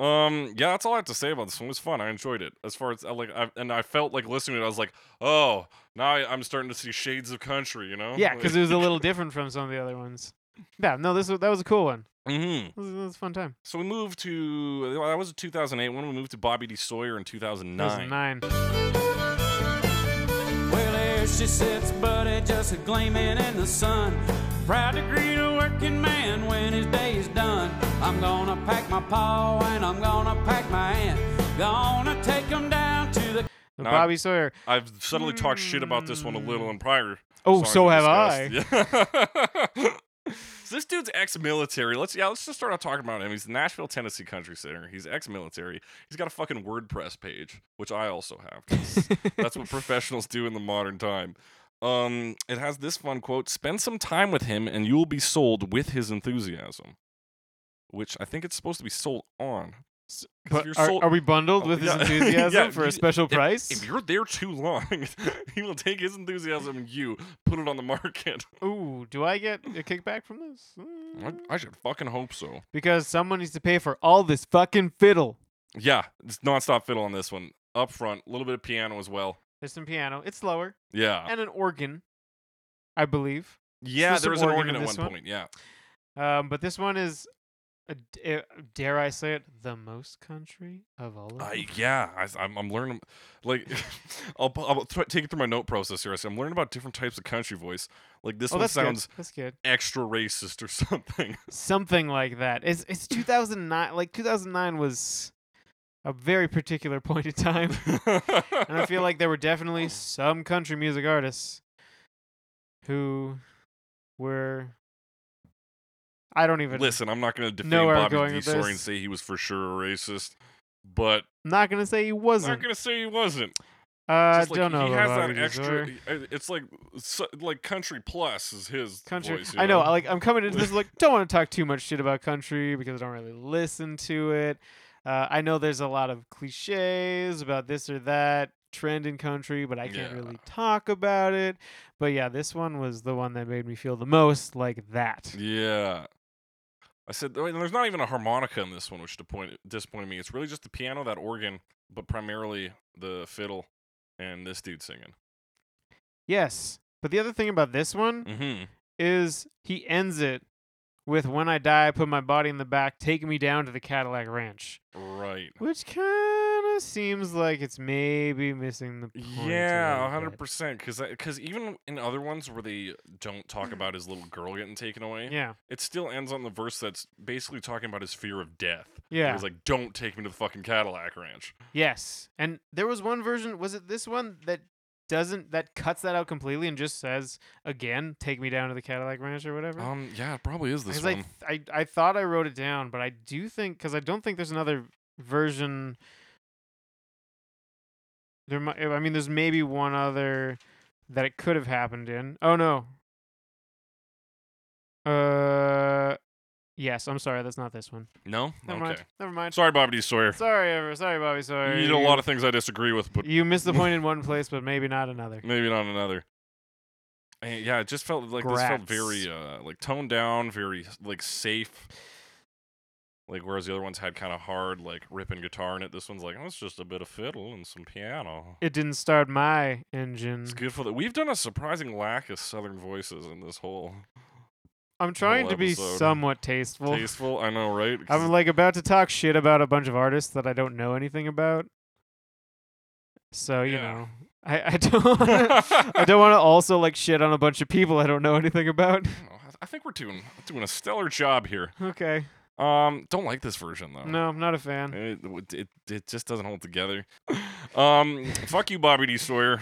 Speaker 1: Um, yeah, that's all I have to say about this one. It was fun. I enjoyed it. As far as I, like, I, and I felt like listening to it. I was like, oh, now I, I'm starting to see shades of country. You know?
Speaker 2: Yeah, because it was a little different from some of the other ones. Yeah, no, this was, that was a cool one.
Speaker 1: hmm
Speaker 2: This was, this was a fun time.
Speaker 1: So we moved to well, that was 2008. When we moved to Bobby D. Sawyer in
Speaker 2: It was
Speaker 1: 2009.
Speaker 2: a nine.
Speaker 4: Well, there she sits, buddy, just a gleaming in the sun. Proud to greet a working man when his day is done. I'm gonna pack my paw and I'm gonna pack my hand. Gonna take 'em down to the
Speaker 2: The
Speaker 1: Nah.
Speaker 2: Bobby Sawyer.
Speaker 1: I've suddenly talked shit about this one a little in prior.
Speaker 2: Oh,
Speaker 1: songs
Speaker 2: so
Speaker 1: we
Speaker 2: have
Speaker 1: discussed. Yeah. so this dude's ex-military. Let's yeah, let's just start out talking about him. He's the Nashville, Tennessee country singer. He's ex-military. He's got a fucking WordPress page, which I also have. 'cause That's what professionals do in the modern time. Um, it has this fun quote: "Spend some time with him, and you will be sold with his enthusiasm." Which I think it's supposed to be sold on. 'Cause if
Speaker 2: But
Speaker 1: you're
Speaker 2: are,
Speaker 1: sold-
Speaker 2: are we bundled with
Speaker 1: Yeah.
Speaker 2: his
Speaker 1: Yeah,
Speaker 2: enthusiasm for
Speaker 1: you-
Speaker 2: a special price?
Speaker 1: if you're there too long, he will take his enthusiasm and you put it on the market.
Speaker 2: Ooh, do I get a kickback from this?
Speaker 1: I,
Speaker 2: Mm.
Speaker 1: I should fucking hope so.
Speaker 2: Because someone needs to pay for all this fucking fiddle.
Speaker 1: Yeah, it's nonstop fiddle on this one. Up front, a little bit of piano as well.
Speaker 2: There's some piano. It's slower.
Speaker 1: Yeah,
Speaker 2: And an organ, I believe.
Speaker 1: yeah.
Speaker 2: there's
Speaker 1: There was
Speaker 2: some
Speaker 1: an
Speaker 2: organ
Speaker 1: organ
Speaker 2: in
Speaker 1: at
Speaker 2: this
Speaker 1: one
Speaker 2: one?
Speaker 1: point. Yeah,
Speaker 2: Um, but this one is uh, d- uh, dare I say it, the most country of all of them.
Speaker 1: I, yeah, I, am I'm learning. Like, I'll, pu- I'll thr- take it through my note process here. I said, I'm learning about different types of country voice. Like this
Speaker 2: Oh,
Speaker 1: one
Speaker 2: that's
Speaker 1: sounds
Speaker 2: good. That's good.
Speaker 1: extra racist or something.
Speaker 2: Something like that. It's it's 2009. Like 2009 was a very particular point in time, and I feel like there were definitely some country music artists who were. I don't even.
Speaker 1: Listen, I'm not going to defame
Speaker 2: Know where I'm
Speaker 1: Bobby
Speaker 2: going with
Speaker 1: DeSore and
Speaker 2: this.
Speaker 1: say he was for sure a racist, but
Speaker 2: I'm not gonna say he
Speaker 1: I'm not
Speaker 2: wasn't.
Speaker 1: going to say he wasn't.
Speaker 2: uh,
Speaker 1: Just, like,
Speaker 2: don't know.
Speaker 1: He
Speaker 2: about
Speaker 1: has that
Speaker 2: Bobby
Speaker 1: extra.
Speaker 2: Desoer.
Speaker 1: i- It's like so, like country plus is his
Speaker 2: country.
Speaker 1: voice, you
Speaker 2: I know. I Like I'm coming into this like don't want to talk too much shit about country because I don't really listen to it. Uh, I know there's a lot of cliches about this or that trend in country, but I can't
Speaker 1: Yeah.
Speaker 2: really talk about it. But yeah, this one was the one that made me feel the most like that.
Speaker 1: Yeah. I said "Oh, and there's not even a harmonica in this one, which disappointed, disappointed me. It's really just the piano, that organ, but primarily the fiddle and this dude singing.
Speaker 2: Yes. But the other thing about this one
Speaker 1: Mm-hmm.
Speaker 2: is he ends it with "When I die, put my body in the back, take me down to the Cadillac Ranch,"
Speaker 1: Right.
Speaker 2: which kind of seems like it's maybe missing the point. a
Speaker 1: Yeah,
Speaker 2: little
Speaker 1: a hundred
Speaker 2: bit.
Speaker 1: percent. Because because even in other ones where they don't talk about his little girl getting taken away,
Speaker 2: Mm. Yeah.
Speaker 1: it still ends on the verse that's basically talking about his fear of death.
Speaker 2: Yeah.
Speaker 1: He's like, "Don't take me to the fucking Cadillac Ranch."
Speaker 2: Yes. And there was one version, was it this one that doesn't that cuts that out completely and just says again, take me down to the Cadillac Ranch or whatever?
Speaker 1: Um, yeah, it probably is this
Speaker 2: Because I,
Speaker 1: one.
Speaker 2: th- I I thought I wrote it down, but I do think because I don't think there's another version. There might, I mean, there's maybe one other that it could have happened in. Oh no. Uh, yes. I'm sorry. That's not this one.
Speaker 1: No,
Speaker 2: Never
Speaker 1: okay.
Speaker 2: mind. Never mind.
Speaker 1: Sorry, Bobby D. Sawyer.
Speaker 2: Sorry, ever. Sorry, Bobby. Sorry.
Speaker 1: You did a lot of things I disagree with, but
Speaker 2: You missed the point in one place, but maybe not another.
Speaker 1: maybe not another. And yeah, it just felt like this felt very uh, like toned down, very like safe. Like whereas the other ones had kind of hard like ripping guitar in it, this one's like oh, it's just a bit of fiddle and some piano.
Speaker 2: It didn't start my engine.
Speaker 1: It's good for that. We've done a surprising lack of southern voices in this whole
Speaker 2: I'm trying
Speaker 1: whole
Speaker 2: to be
Speaker 1: episode.
Speaker 2: somewhat tasteful.
Speaker 1: tasteful. I know, right? 'Cause
Speaker 2: I'm like about to talk shit about a bunch of artists that I don't know anything about. So, you
Speaker 1: Yeah.
Speaker 2: know, I, I don't wanna, I don't want to also like shit on a bunch of people I don't know anything about.
Speaker 1: I don't know. Oh, I think we're doing doing a stellar job here.
Speaker 2: okay.
Speaker 1: Um, don't like this version though.
Speaker 2: No, I'm not a fan.
Speaker 1: It, w- it, it just doesn't hold together. Um, fuck you, Bobby D. Sawyer.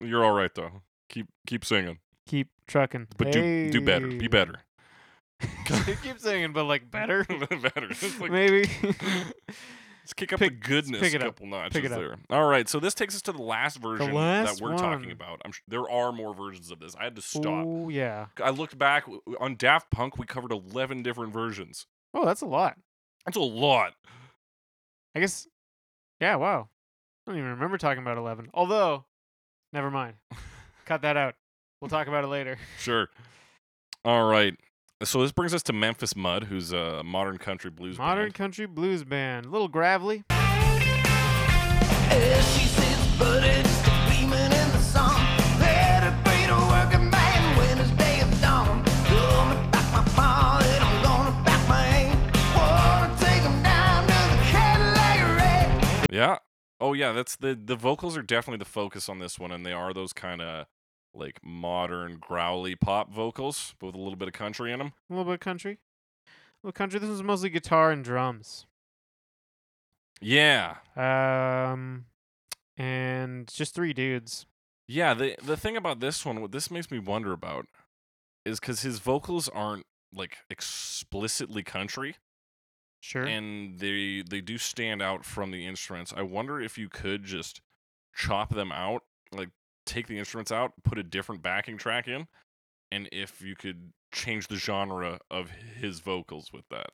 Speaker 1: You're all right though. Keep keep singing,
Speaker 2: Keep trucking.
Speaker 1: but do do better. Be
Speaker 2: Hey.
Speaker 1: better.
Speaker 2: I keep saying, but like better.
Speaker 1: better. Just, like,
Speaker 2: Maybe.
Speaker 1: let's kick up the
Speaker 2: pick-
Speaker 1: goodness
Speaker 2: pick
Speaker 1: a
Speaker 2: it up.
Speaker 1: couple notches
Speaker 2: Pick it up.
Speaker 1: there. All right, so this takes us to the last version
Speaker 2: last
Speaker 1: that we're talking
Speaker 2: one.
Speaker 1: about. I'm sh- there are more versions of this. I had to stop.
Speaker 2: Oh, yeah.
Speaker 1: I looked back w- w- on Daft Punk. We covered eleven different versions.
Speaker 2: Oh, that's a lot.
Speaker 1: That's a lot.
Speaker 2: I guess. Yeah. Wow. I don't even remember talking about eleven. Although, never mind. Cut that out. We'll talk about it later.
Speaker 1: Sure. All right. So this brings us to Memphis Mud, who's a modern country blues
Speaker 2: Modern
Speaker 1: band.
Speaker 2: country blues band, little gravelly.
Speaker 5: As she sits butted, gleaming in the sun. Let it be to working man when his day is done. Gonna back my paw and I'm gonna back my aim. Wanna take him down to the Cadillac Ranch.
Speaker 1: Yeah. Oh yeah, that's the the vocals are definitely the focus on this one, and they are those kind of like modern growly pop vocals, but with a little bit of country in them.
Speaker 2: A little bit of country. A little country. This was mostly guitar and drums.
Speaker 1: Yeah.
Speaker 2: Um, and just three dudes.
Speaker 1: Yeah. The the thing about this one, what this makes me wonder about, is because his vocals aren't like explicitly country,
Speaker 2: Sure.
Speaker 1: and they they do stand out from the instruments. I wonder if you could just chop them out, like take the instruments out, put a different backing track in, and if you could change the genre of his vocals with that.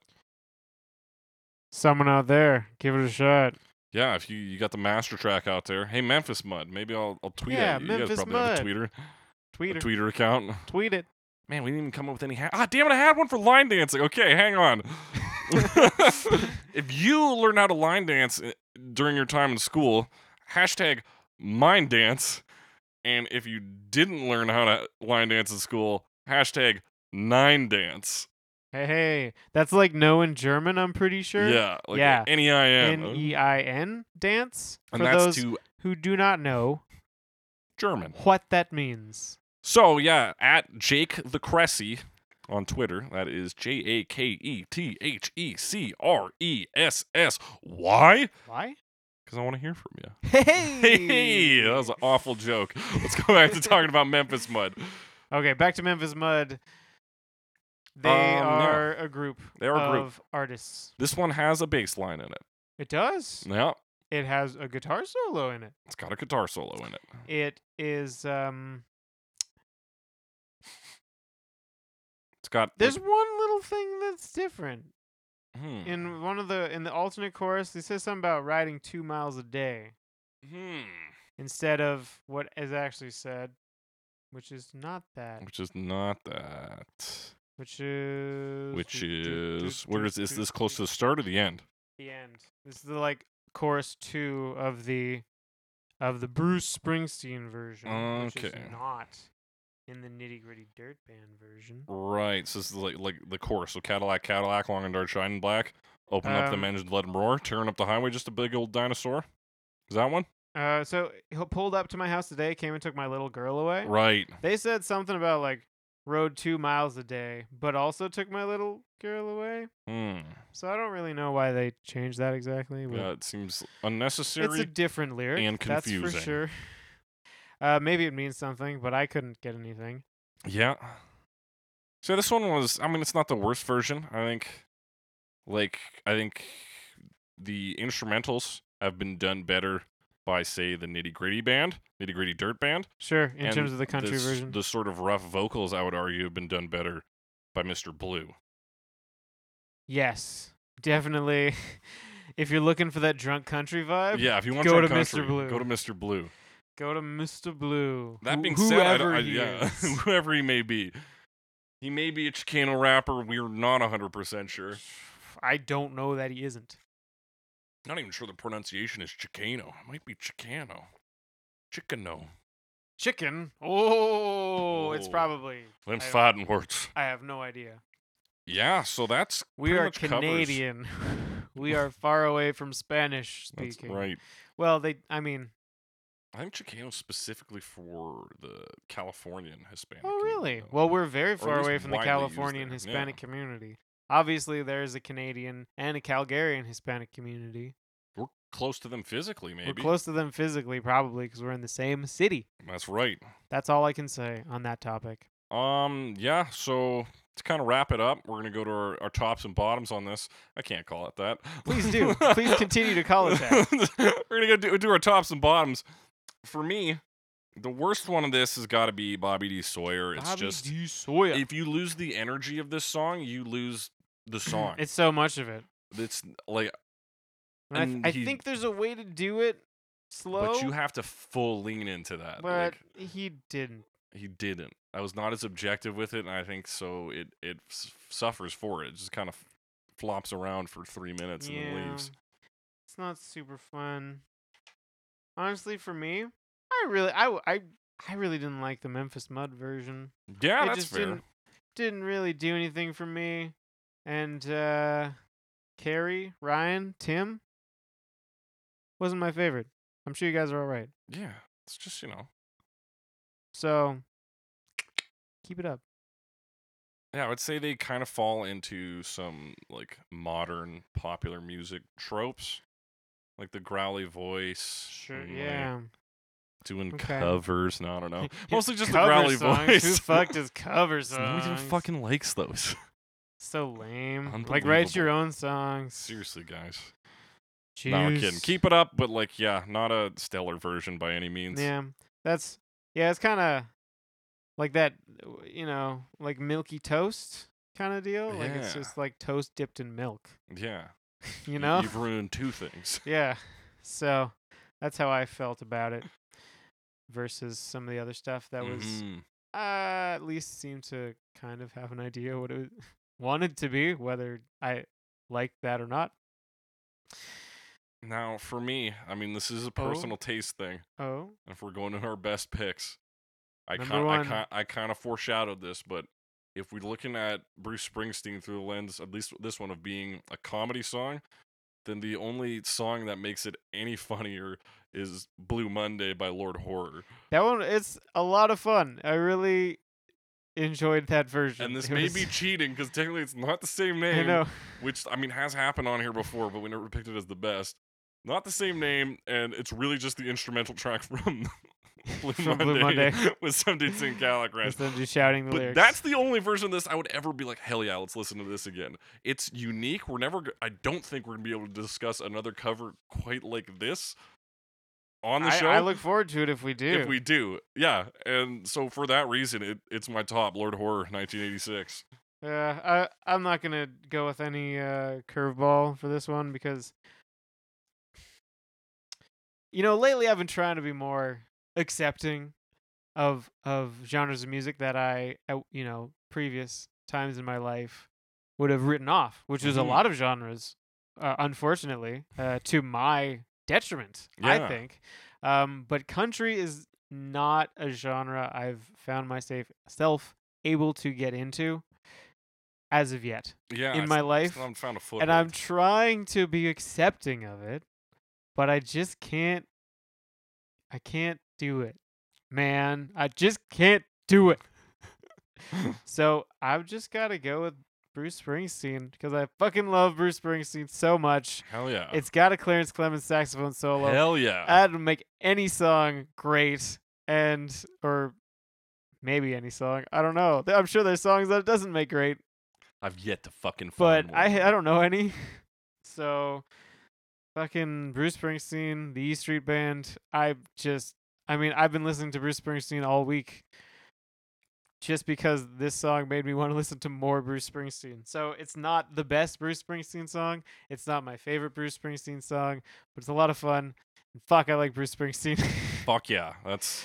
Speaker 2: Someone out there, give it a shot.
Speaker 1: Yeah, if you, you got the master track out there, hey Memphis Mud, maybe I'll I'll tweet
Speaker 2: Yeah,
Speaker 1: at you.
Speaker 2: Memphis
Speaker 1: you guys probably have a
Speaker 2: Mud.
Speaker 1: tweeter,
Speaker 2: Tweet
Speaker 1: a
Speaker 2: it.
Speaker 1: tweeter account.
Speaker 2: Tweet it.
Speaker 1: Man, we didn't even come up with any. Ha- ah, damn it! I had one for line dancing. Okay, hang on. if you learn how to line dance i- during your time in school, hashtag mind dance. And if you didn't learn how to line dance in school, hashtag nine dance.
Speaker 2: Hey, hey, that's like no in German. I'm pretty sure.
Speaker 1: Yeah. Like
Speaker 2: Yeah.
Speaker 1: N E I M.
Speaker 2: N E I N dance.
Speaker 1: And
Speaker 2: for
Speaker 1: that's
Speaker 2: those
Speaker 1: to
Speaker 2: who do not know
Speaker 1: German.
Speaker 2: what that means.
Speaker 1: So yeah, at Jake the Cressy on Twitter. That is J A K E T H E C R E S S. Why?
Speaker 2: Why?
Speaker 1: Because I want to hear from you.
Speaker 2: Hey.
Speaker 1: Hey, that was an awful joke. Let's go back to talking about Memphis Mud.
Speaker 2: Okay, back to Memphis Mud. They
Speaker 1: Um, yeah.
Speaker 2: are a group
Speaker 1: They are a
Speaker 2: of
Speaker 1: group.
Speaker 2: artists.
Speaker 1: This one has a bass line in it.
Speaker 2: It does.
Speaker 1: Yeah,
Speaker 2: It has a guitar solo in it.
Speaker 1: it's got a guitar solo in it.
Speaker 2: It is um
Speaker 1: It's got
Speaker 2: there's one little thing that's different.
Speaker 1: Hmm.
Speaker 2: In one of the in the alternate chorus, they say something about riding two miles a day
Speaker 1: Hmm.
Speaker 2: instead of what is actually said, which is not that.
Speaker 1: Which is not that.
Speaker 2: Which is
Speaker 1: Which
Speaker 2: do- do- do-
Speaker 1: is
Speaker 2: do-
Speaker 1: where is is
Speaker 2: do-
Speaker 1: this close to
Speaker 2: do-
Speaker 1: the start or the end?
Speaker 2: the end. This is the like chorus two of the of the Bruce Springsteen version, which is
Speaker 1: Okay.
Speaker 2: not in the nitty gritty dirt band version.
Speaker 1: Right. So this is like like the chorus. So Cadillac, Cadillac, long and dark, shining black. Open up
Speaker 2: Um,
Speaker 1: the engines, let 'em roar. Tearing up the highway, just a big old dinosaur. Is that one?
Speaker 2: Uh, so he pulled up to my house today, came and took my little girl away.
Speaker 1: Right.
Speaker 2: They said something about like rode two miles a day, but also took my little girl away.
Speaker 1: Hmm.
Speaker 2: So I don't really know why they changed that exactly. but
Speaker 1: Yeah, it seems
Speaker 2: it's a
Speaker 1: unnecessary.
Speaker 2: different lyric
Speaker 1: and
Speaker 2: That's
Speaker 1: confusing.
Speaker 2: for sure. Uh, maybe it means something, but I couldn't get anything.
Speaker 1: yeah. So this one was. I mean, it's not the worst version. I think. Like I think, the instrumentals have been done better by say the Nitty Gritty Band, Nitty Gritty Dirt Band.
Speaker 2: Sure, in
Speaker 1: and
Speaker 2: terms of the country
Speaker 1: s-
Speaker 2: version.
Speaker 1: The sort of rough vocals, I would argue, have been done better by Mr. Blue.
Speaker 2: Yes, definitely. if you're looking for that drunk country vibe,
Speaker 1: Yeah, if you want
Speaker 2: go
Speaker 1: to
Speaker 2: to Mr. Blue.
Speaker 1: go to Mr. Blue.
Speaker 2: go to Mr. Blue.
Speaker 1: That
Speaker 2: who-
Speaker 1: being said, I don't-
Speaker 2: whoever
Speaker 1: I-
Speaker 2: he
Speaker 1: yeah,
Speaker 2: is.
Speaker 1: whoever he may be, he may be a Chicano rapper. We're not 100% sure.
Speaker 2: I don't know that he isn't.
Speaker 1: Not even sure the pronunciation is Chicano. It might be Chicano. Chicano.
Speaker 2: Chicken. Oh, it's
Speaker 1: Oh.
Speaker 2: probably.
Speaker 1: Them's
Speaker 2: I-
Speaker 1: fighting words.
Speaker 2: I have no idea.
Speaker 1: Yeah, so that's
Speaker 2: We
Speaker 1: pretty
Speaker 2: are
Speaker 1: much covers-
Speaker 2: Canadian. we are far away from Spanish
Speaker 1: That's
Speaker 2: speaking.
Speaker 1: right.
Speaker 2: Well, they. I mean.
Speaker 1: I think Chicano specifically for the Californian Hispanic.
Speaker 2: Oh, really?
Speaker 1: community, though.
Speaker 2: Well, we're very
Speaker 1: uh, at
Speaker 2: far
Speaker 1: least
Speaker 2: away from the
Speaker 1: widely used
Speaker 2: Californian
Speaker 1: there, yeah.
Speaker 2: Hispanic community. Obviously, there is a Canadian and a Calgarian Hispanic community.
Speaker 1: we're close to them physically, maybe.
Speaker 2: We're close to them physically, probably, because we're in the same city.
Speaker 1: That's right.
Speaker 2: That's all I can say on that topic.
Speaker 1: Um, yeah, so to kind of wrap it up, we're gonna go to our, our tops and bottoms on this. I can't call it that.
Speaker 2: Please do. Please continue to call it that.
Speaker 1: we're gonna go do, do our tops and bottoms. For me, the worst one of this has got to be Bobby D Sawyer. It's
Speaker 2: Bobby
Speaker 1: just
Speaker 2: D. Sawyer.
Speaker 1: if you lose the energy of this song, you lose the song. it's,
Speaker 2: It's so much of it.
Speaker 1: like,
Speaker 2: And I th-
Speaker 1: And
Speaker 2: I,
Speaker 1: he-
Speaker 2: think there's a way to do it slow,
Speaker 1: but you have to full lean into that.
Speaker 2: but
Speaker 1: like,
Speaker 2: he didn't.
Speaker 1: he didn't. I was not as objective with it, and I think so. It it s- suffers for it. It just kind of flops around for three minutes and then
Speaker 2: Yeah.
Speaker 1: leaves.
Speaker 2: It's not super fun. Honestly, for me, I really, I, w- I, I really didn't like the Memphis Mud version.
Speaker 1: Yeah,
Speaker 2: it
Speaker 1: that's
Speaker 2: just
Speaker 1: fair.
Speaker 2: didn't didn't really do anything for me. And uh Carrie, Ryan, Tim wasn't my favorite. I'm sure you guys are all right.
Speaker 1: Yeah, it's just you know.
Speaker 2: So keep it up.
Speaker 1: Yeah, I would say they kind of fall into some like modern popular music tropes, like the growly voice.
Speaker 2: Sure.
Speaker 1: and, like,
Speaker 2: Yeah.
Speaker 1: doing
Speaker 2: Okay.
Speaker 1: covers. No, I don't know. Mostly just the
Speaker 2: Cover
Speaker 1: growly
Speaker 2: songs.
Speaker 1: voice.
Speaker 2: Who fucked his cover songs?
Speaker 1: Nobody even fucking likes those.
Speaker 2: so lame. Like write your own songs.
Speaker 1: Seriously, guys.
Speaker 2: Jeez.
Speaker 1: No, I'm kidding. Keep it up, but like, yeah, not a stellar version by any means.
Speaker 2: Yeah, that's yeah. It's kind of like that, uh, you know, like milky toast kind of deal. Like it's
Speaker 1: Yeah.
Speaker 2: just like toast dipped in milk.
Speaker 1: Yeah.
Speaker 2: You know?
Speaker 1: You've ruined two things.
Speaker 2: Yeah. So that's how I felt about it versus some of the other stuff that was
Speaker 1: Mhm.
Speaker 2: uh, at least seemed to kind of have an idea what it was, wanted to be, whether I liked that or not.
Speaker 1: Now, for me, I mean, this is a
Speaker 2: Oh.
Speaker 1: personal taste thing.
Speaker 2: Oh,
Speaker 1: And if we're going to our best picks, I
Speaker 2: Number
Speaker 1: kind, I
Speaker 2: one.
Speaker 1: kind, I kind of foreshadowed this, but if we're looking at Bruce Springsteen through the lens, at least this one of being a comedy song, then the only song that makes it any funnier is Blue Monday by Lord Horror.
Speaker 2: That one, it's a lot of fun. I really enjoyed that version.
Speaker 1: And this
Speaker 2: It
Speaker 1: may
Speaker 2: was-
Speaker 1: be cheating because technically it's not the same name.
Speaker 2: I know.
Speaker 1: which I mean has happened on here before, but we never picked it as the best. Not the same name, and it's really just the instrumental track from Blue
Speaker 2: From
Speaker 1: Monday,
Speaker 2: Blue Monday.
Speaker 1: with some dude singing Calligraph.
Speaker 2: Just them just shouting the
Speaker 1: But
Speaker 2: lyrics.
Speaker 1: that's the only version of this I would ever be like, hell yeah, let's listen to this again. It's unique. We're never. go- I don't think we're gonna be able to discuss another cover quite like this on the
Speaker 2: I,
Speaker 1: show.
Speaker 2: I look forward to it if we do.
Speaker 1: if we do, yeah, and so for that reason, it, it's my top Lord Horror 1986.
Speaker 2: Yeah, I I'm not gonna go with any uh, curveball for this one because you know lately I've been trying to be more accepting of of genres of music that I, I you know previous times in my life would have written off, which was a
Speaker 1: Mhm.
Speaker 2: lot of genres, uh, unfortunately, uh, to my detriment.
Speaker 1: Yeah.
Speaker 2: I think, um, but country is not a genre I've found myself able to get into as of yet
Speaker 1: Yeah,
Speaker 2: in
Speaker 1: I
Speaker 2: my
Speaker 1: s-
Speaker 2: life,
Speaker 1: still haven't found a
Speaker 2: and
Speaker 1: foothold.
Speaker 2: I'm trying to be accepting of it, but I just can't. I can't do it, man. I just can't do it. so I've just got to go with Bruce Springsteen because I fucking love Bruce Springsteen so much.
Speaker 1: Hell yeah!
Speaker 2: It's got a Clarence Clemens saxophone solo.
Speaker 1: Oh.
Speaker 2: Uh,
Speaker 1: Hell yeah!
Speaker 2: That'd make any song great, and or maybe any song. I don't know. I'm sure there's songs that it doesn't make great,
Speaker 1: I've yet to fucking
Speaker 2: but
Speaker 1: find.
Speaker 2: I I don't know any. So fucking Bruce Springsteen, the E Street Band. I just I mean, I've been listening to Bruce Springsteen all week just because this song made me want to listen to more Bruce Springsteen. So it's not the best Bruce Springsteen song. It's not my favorite Bruce Springsteen song, but it's a lot of fun. And fuck, I like Bruce Springsteen.
Speaker 1: Fuck yeah, that's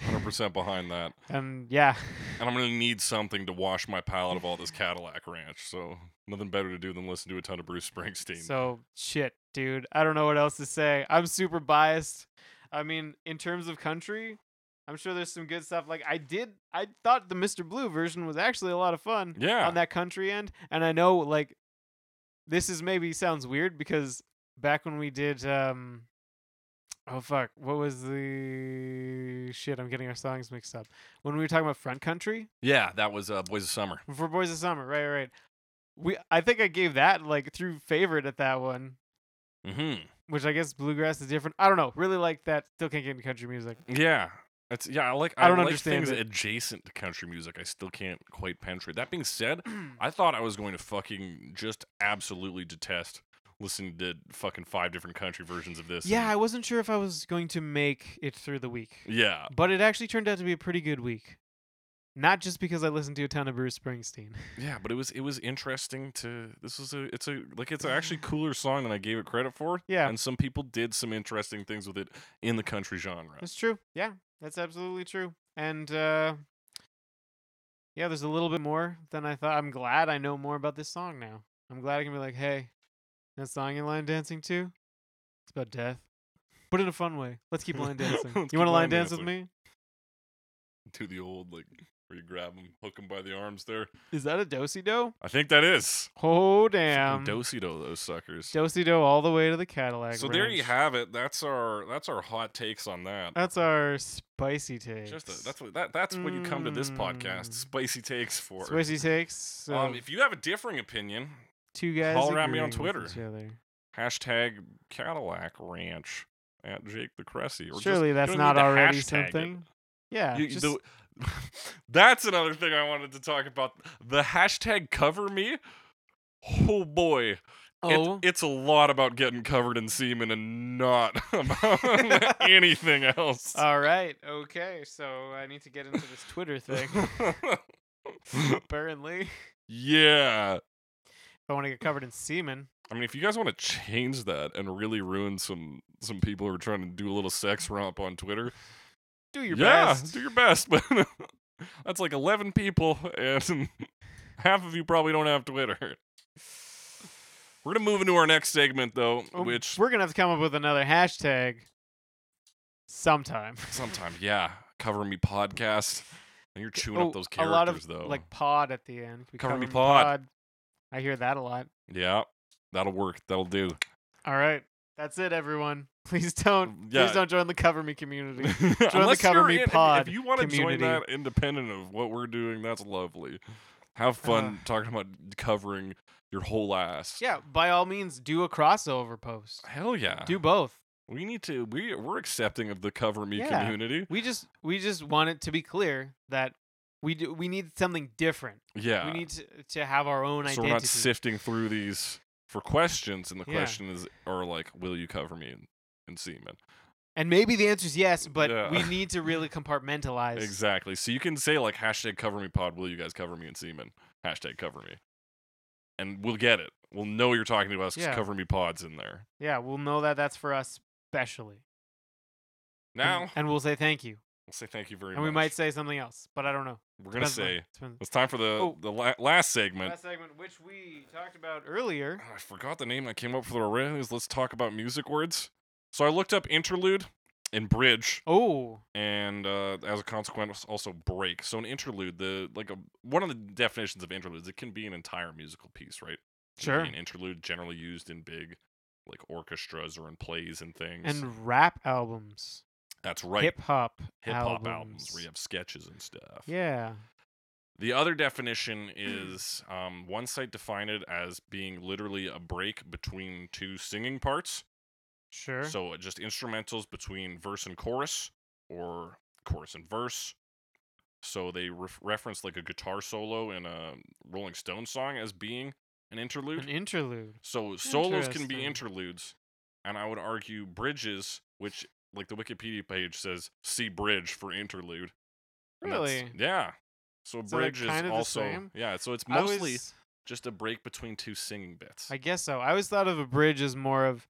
Speaker 1: 100 percent behind that.
Speaker 2: and yeah.
Speaker 1: And I'm gonna need something to wash my palate of all this Cadillac Ranch. So nothing better to do than listen to a ton of Bruce Springsteen.
Speaker 2: So shit, dude. I don't know what else to say. I'm super biased. I mean, in terms of country, I'm sure there's some good stuff. Like I did, I thought the Mr. Blue version was actually a lot of fun
Speaker 1: yeah,
Speaker 2: on that country end. And I know, like, this is maybe sounds weird because back when we did, um, oh fuck, what was the shit? I'm getting our songs mixed up. When we were talking about front country,
Speaker 1: yeah, that was uh, Boys of Summer.
Speaker 2: for Boys of Summer, right, right. We, I think I gave that like through favorite at that one
Speaker 1: Mm-hmm.
Speaker 2: which I guess bluegrass is different. I don't know. Really like that. Still can't get into country music.
Speaker 1: Yeah. It's, yeah, I like
Speaker 2: I don't
Speaker 1: like
Speaker 2: understand
Speaker 1: things
Speaker 2: it.
Speaker 1: adjacent to country music. I still can't quite penetrate. That being said, I thought I was going to fucking just absolutely detest listening to fucking five different country versions of this.
Speaker 2: Yeah, I
Speaker 1: and-
Speaker 2: wasn't sure if I was going to make it through the week,
Speaker 1: yeah.
Speaker 2: but it actually turned out to be a pretty good week. Not just because I listened to a ton of Bruce Springsteen.
Speaker 1: Yeah, but it was it was interesting to this was a it's a like it's actually cooler song than I gave it credit for.
Speaker 2: Yeah.
Speaker 1: And some people did some interesting things with it in the country genre.
Speaker 2: That's true. Yeah, that's absolutely true. And uh, yeah, there's a little bit more than I thought. I'm glad I know more about this song now. I'm glad I can be like, hey, that song in line dancing too? It's about death. But in a fun way. Let's keep line dancing.
Speaker 1: Let's
Speaker 2: you want
Speaker 1: keep
Speaker 2: to
Speaker 1: line
Speaker 2: line dance with
Speaker 1: dancing.
Speaker 2: me?
Speaker 1: To the old like where you grab them, hook them by the arms there.
Speaker 2: Is that a dosey do?
Speaker 1: I think that is.
Speaker 2: Oh
Speaker 1: Um,
Speaker 2: damn.
Speaker 1: Dosido those suckers.
Speaker 2: Dosey do all the way to the Cadillac.
Speaker 1: so there you
Speaker 2: Ranch.
Speaker 1: have it. That's our that's our hot takes on that.
Speaker 2: That's our spicy takes.
Speaker 1: Just a, that's what that, that's what you come to this podcast.
Speaker 2: Mm.
Speaker 1: Spicy takes for.
Speaker 2: spicy takes. So
Speaker 1: um, if you have a differing opinion,
Speaker 2: two guys
Speaker 1: holler at me on
Speaker 2: agreeing with
Speaker 1: Twitter.
Speaker 2: each other.
Speaker 1: hashtag Cadillac Ranch at Jake the Cressy. Or just-
Speaker 2: Surely
Speaker 1: you
Speaker 2: that's
Speaker 1: don't even
Speaker 2: not
Speaker 1: need to
Speaker 2: already
Speaker 1: hashtag it.
Speaker 2: something. Yeah.
Speaker 1: You-
Speaker 2: just-
Speaker 1: the- that's another thing I wanted to talk about. The hashtag cover me. Oh boy. It-
Speaker 2: oh.
Speaker 1: it's a lot about getting covered in semen and not about anything else.
Speaker 2: all right. Okay. So I need to get into this Twitter thing. Apparently, if
Speaker 1: yeah.
Speaker 2: I want to get covered in semen.
Speaker 1: I mean, if you guys want to change that and really ruin some some people who are trying to do a little sex romp on Twitter,
Speaker 2: Do your
Speaker 1: yeah,
Speaker 2: best.
Speaker 1: do your best. But that's like eleven people, and half of you probably don't have Twitter. We're gonna move into our next segment though,
Speaker 2: Oh,
Speaker 1: which
Speaker 2: we're gonna have to come up with another hashtag sometime.
Speaker 1: sometime, yeah, cover me podcast. And you're chewing
Speaker 2: Oh,
Speaker 1: up those
Speaker 2: a
Speaker 1: characters
Speaker 2: lot of
Speaker 1: though.
Speaker 2: like pod at the end. We
Speaker 1: Cover me pod.
Speaker 2: pod. I hear that a lot.
Speaker 1: yeah, that'll work. That'll do.
Speaker 2: All right, that's it, everyone. Please don't.
Speaker 1: Mm, Yeah.
Speaker 2: Please don't join the cover me community.
Speaker 1: Unless
Speaker 2: Cover
Speaker 1: you're
Speaker 2: Me
Speaker 1: in- if-
Speaker 2: pod
Speaker 1: If you want to join
Speaker 2: community.
Speaker 1: that independent of what we're doing, that's lovely. Have fun talking about covering your whole ass.
Speaker 2: yeah, by all means, do a crossover post.
Speaker 1: Hell yeah.
Speaker 2: Do both.
Speaker 1: we need to we we're accepting of the cover me
Speaker 2: Yeah.
Speaker 1: community.
Speaker 2: We just we just want it to be clear that we do, we need something different.
Speaker 1: Yeah.
Speaker 2: We need to, to have our own
Speaker 1: Ah. so
Speaker 2: identity.
Speaker 1: we're not sifting through these for questions and the
Speaker 2: Yeah.
Speaker 1: question is or like will you cover me in, in semen
Speaker 2: and maybe the answer is yes, but
Speaker 1: Yeah.
Speaker 2: we need to really compartmentalize.
Speaker 1: exactly so you can say like hashtag cover me pod will you guys cover me in semen hashtag cover me and we'll get it we'll know you're talking to us 'cause
Speaker 2: Yeah.
Speaker 1: cover me pods in there
Speaker 2: Yeah, we'll know that that's for us specially. And-
Speaker 1: now
Speaker 2: and, we'll say thank you,
Speaker 1: we'll say thank you very
Speaker 2: and
Speaker 1: much
Speaker 2: we might say something else, but I don't know.
Speaker 1: we're gonna
Speaker 2: Depends on-
Speaker 1: say
Speaker 2: depends-
Speaker 1: it's time for the
Speaker 2: Oh.
Speaker 1: the la- last segment
Speaker 2: Last segment, which we talked about earlier.
Speaker 1: Ah, I forgot the name that came up for the original. Let's talk about music words. So I looked up interlude and bridge,
Speaker 2: Oh,
Speaker 1: and uh, as a consequence, also break. So an interlude, the like a one of the definitions of interludes, it can be an entire musical piece, right? It can be
Speaker 2: sure.
Speaker 1: An interlude generally used in big, like orchestras or in plays and things.
Speaker 2: And rap albums,
Speaker 1: that's right,
Speaker 2: hip hop,
Speaker 1: hip hop albums where you have sketches and stuff.
Speaker 2: Yeah.
Speaker 1: The other definition is um, one site defined it as being literally a break between two singing parts.
Speaker 2: Sure.
Speaker 1: So uh, just instrumentals between verse and chorus or chorus and verse. So they ref reference like a guitar solo in a Rolling Stone song as being an interlude.
Speaker 2: An interlude.
Speaker 1: so solos can be
Speaker 2: Interesting.
Speaker 1: interludes, and I would argue bridges, which like the Wikipedia page says, see bridge for interlude. and that's-
Speaker 2: Really?
Speaker 1: Yeah. So a
Speaker 2: So they're
Speaker 1: bridge is
Speaker 2: kind of the
Speaker 1: also
Speaker 2: same?
Speaker 1: yeah. So it's
Speaker 2: I
Speaker 1: mostly
Speaker 2: was-
Speaker 1: just a break between two singing bits.
Speaker 2: I guess so. I always thought of a bridge as more of,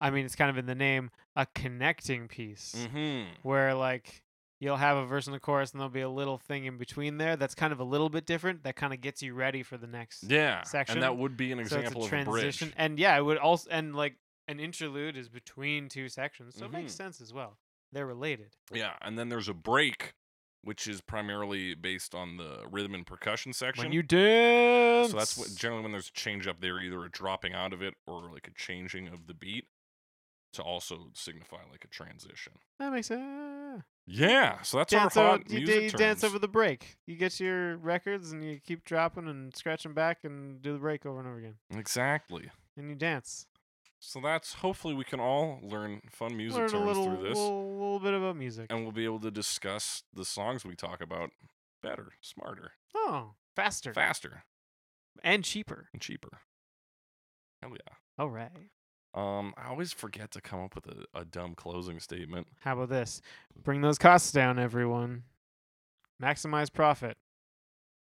Speaker 2: I mean, it's kind of in the name, a connecting piece
Speaker 1: mm-hmm.
Speaker 2: where like you'll have a verse and a chorus, and there'll be a little thing in between there that's kind of a little bit different. That kind of gets you ready for the next
Speaker 1: Yeah.
Speaker 2: section.
Speaker 1: And that would be an
Speaker 2: so
Speaker 1: example
Speaker 2: it's a
Speaker 1: of a bridge.
Speaker 2: transition. And yeah, it would also and like an interlude is between two sections, so it
Speaker 1: Mhm.
Speaker 2: makes sense as well. They're related.
Speaker 1: Yeah, and then there's a break, which is primarily based on the rhythm and percussion section.
Speaker 2: When you dance,
Speaker 1: so that's what generally when there's a change up there, either a dropping out of it or like a changing of the beat to also signify like a transition.
Speaker 2: that makes sense.
Speaker 1: Yeah, so that's
Speaker 2: dance
Speaker 1: our
Speaker 2: over,
Speaker 1: hot
Speaker 2: you,
Speaker 1: music
Speaker 2: da- you dance
Speaker 1: terms.
Speaker 2: over the break. You get your records and you keep dropping and scratching back and do the break over and over again.
Speaker 1: exactly.
Speaker 2: And you dance.
Speaker 1: So that's hopefully we can all learn fun music
Speaker 2: Learn
Speaker 1: terms
Speaker 2: a little,
Speaker 1: through this,
Speaker 2: little, little bit about music.
Speaker 1: and we'll be able to discuss the songs we talk about better, smarter,
Speaker 2: oh, faster
Speaker 1: faster,
Speaker 2: and cheaper.
Speaker 1: and cheaper. Hell yeah.
Speaker 2: All right.
Speaker 1: Um, I always forget to come up with a, a dumb closing statement.
Speaker 2: How about this? Bring those costs down, everyone. Maximize profit.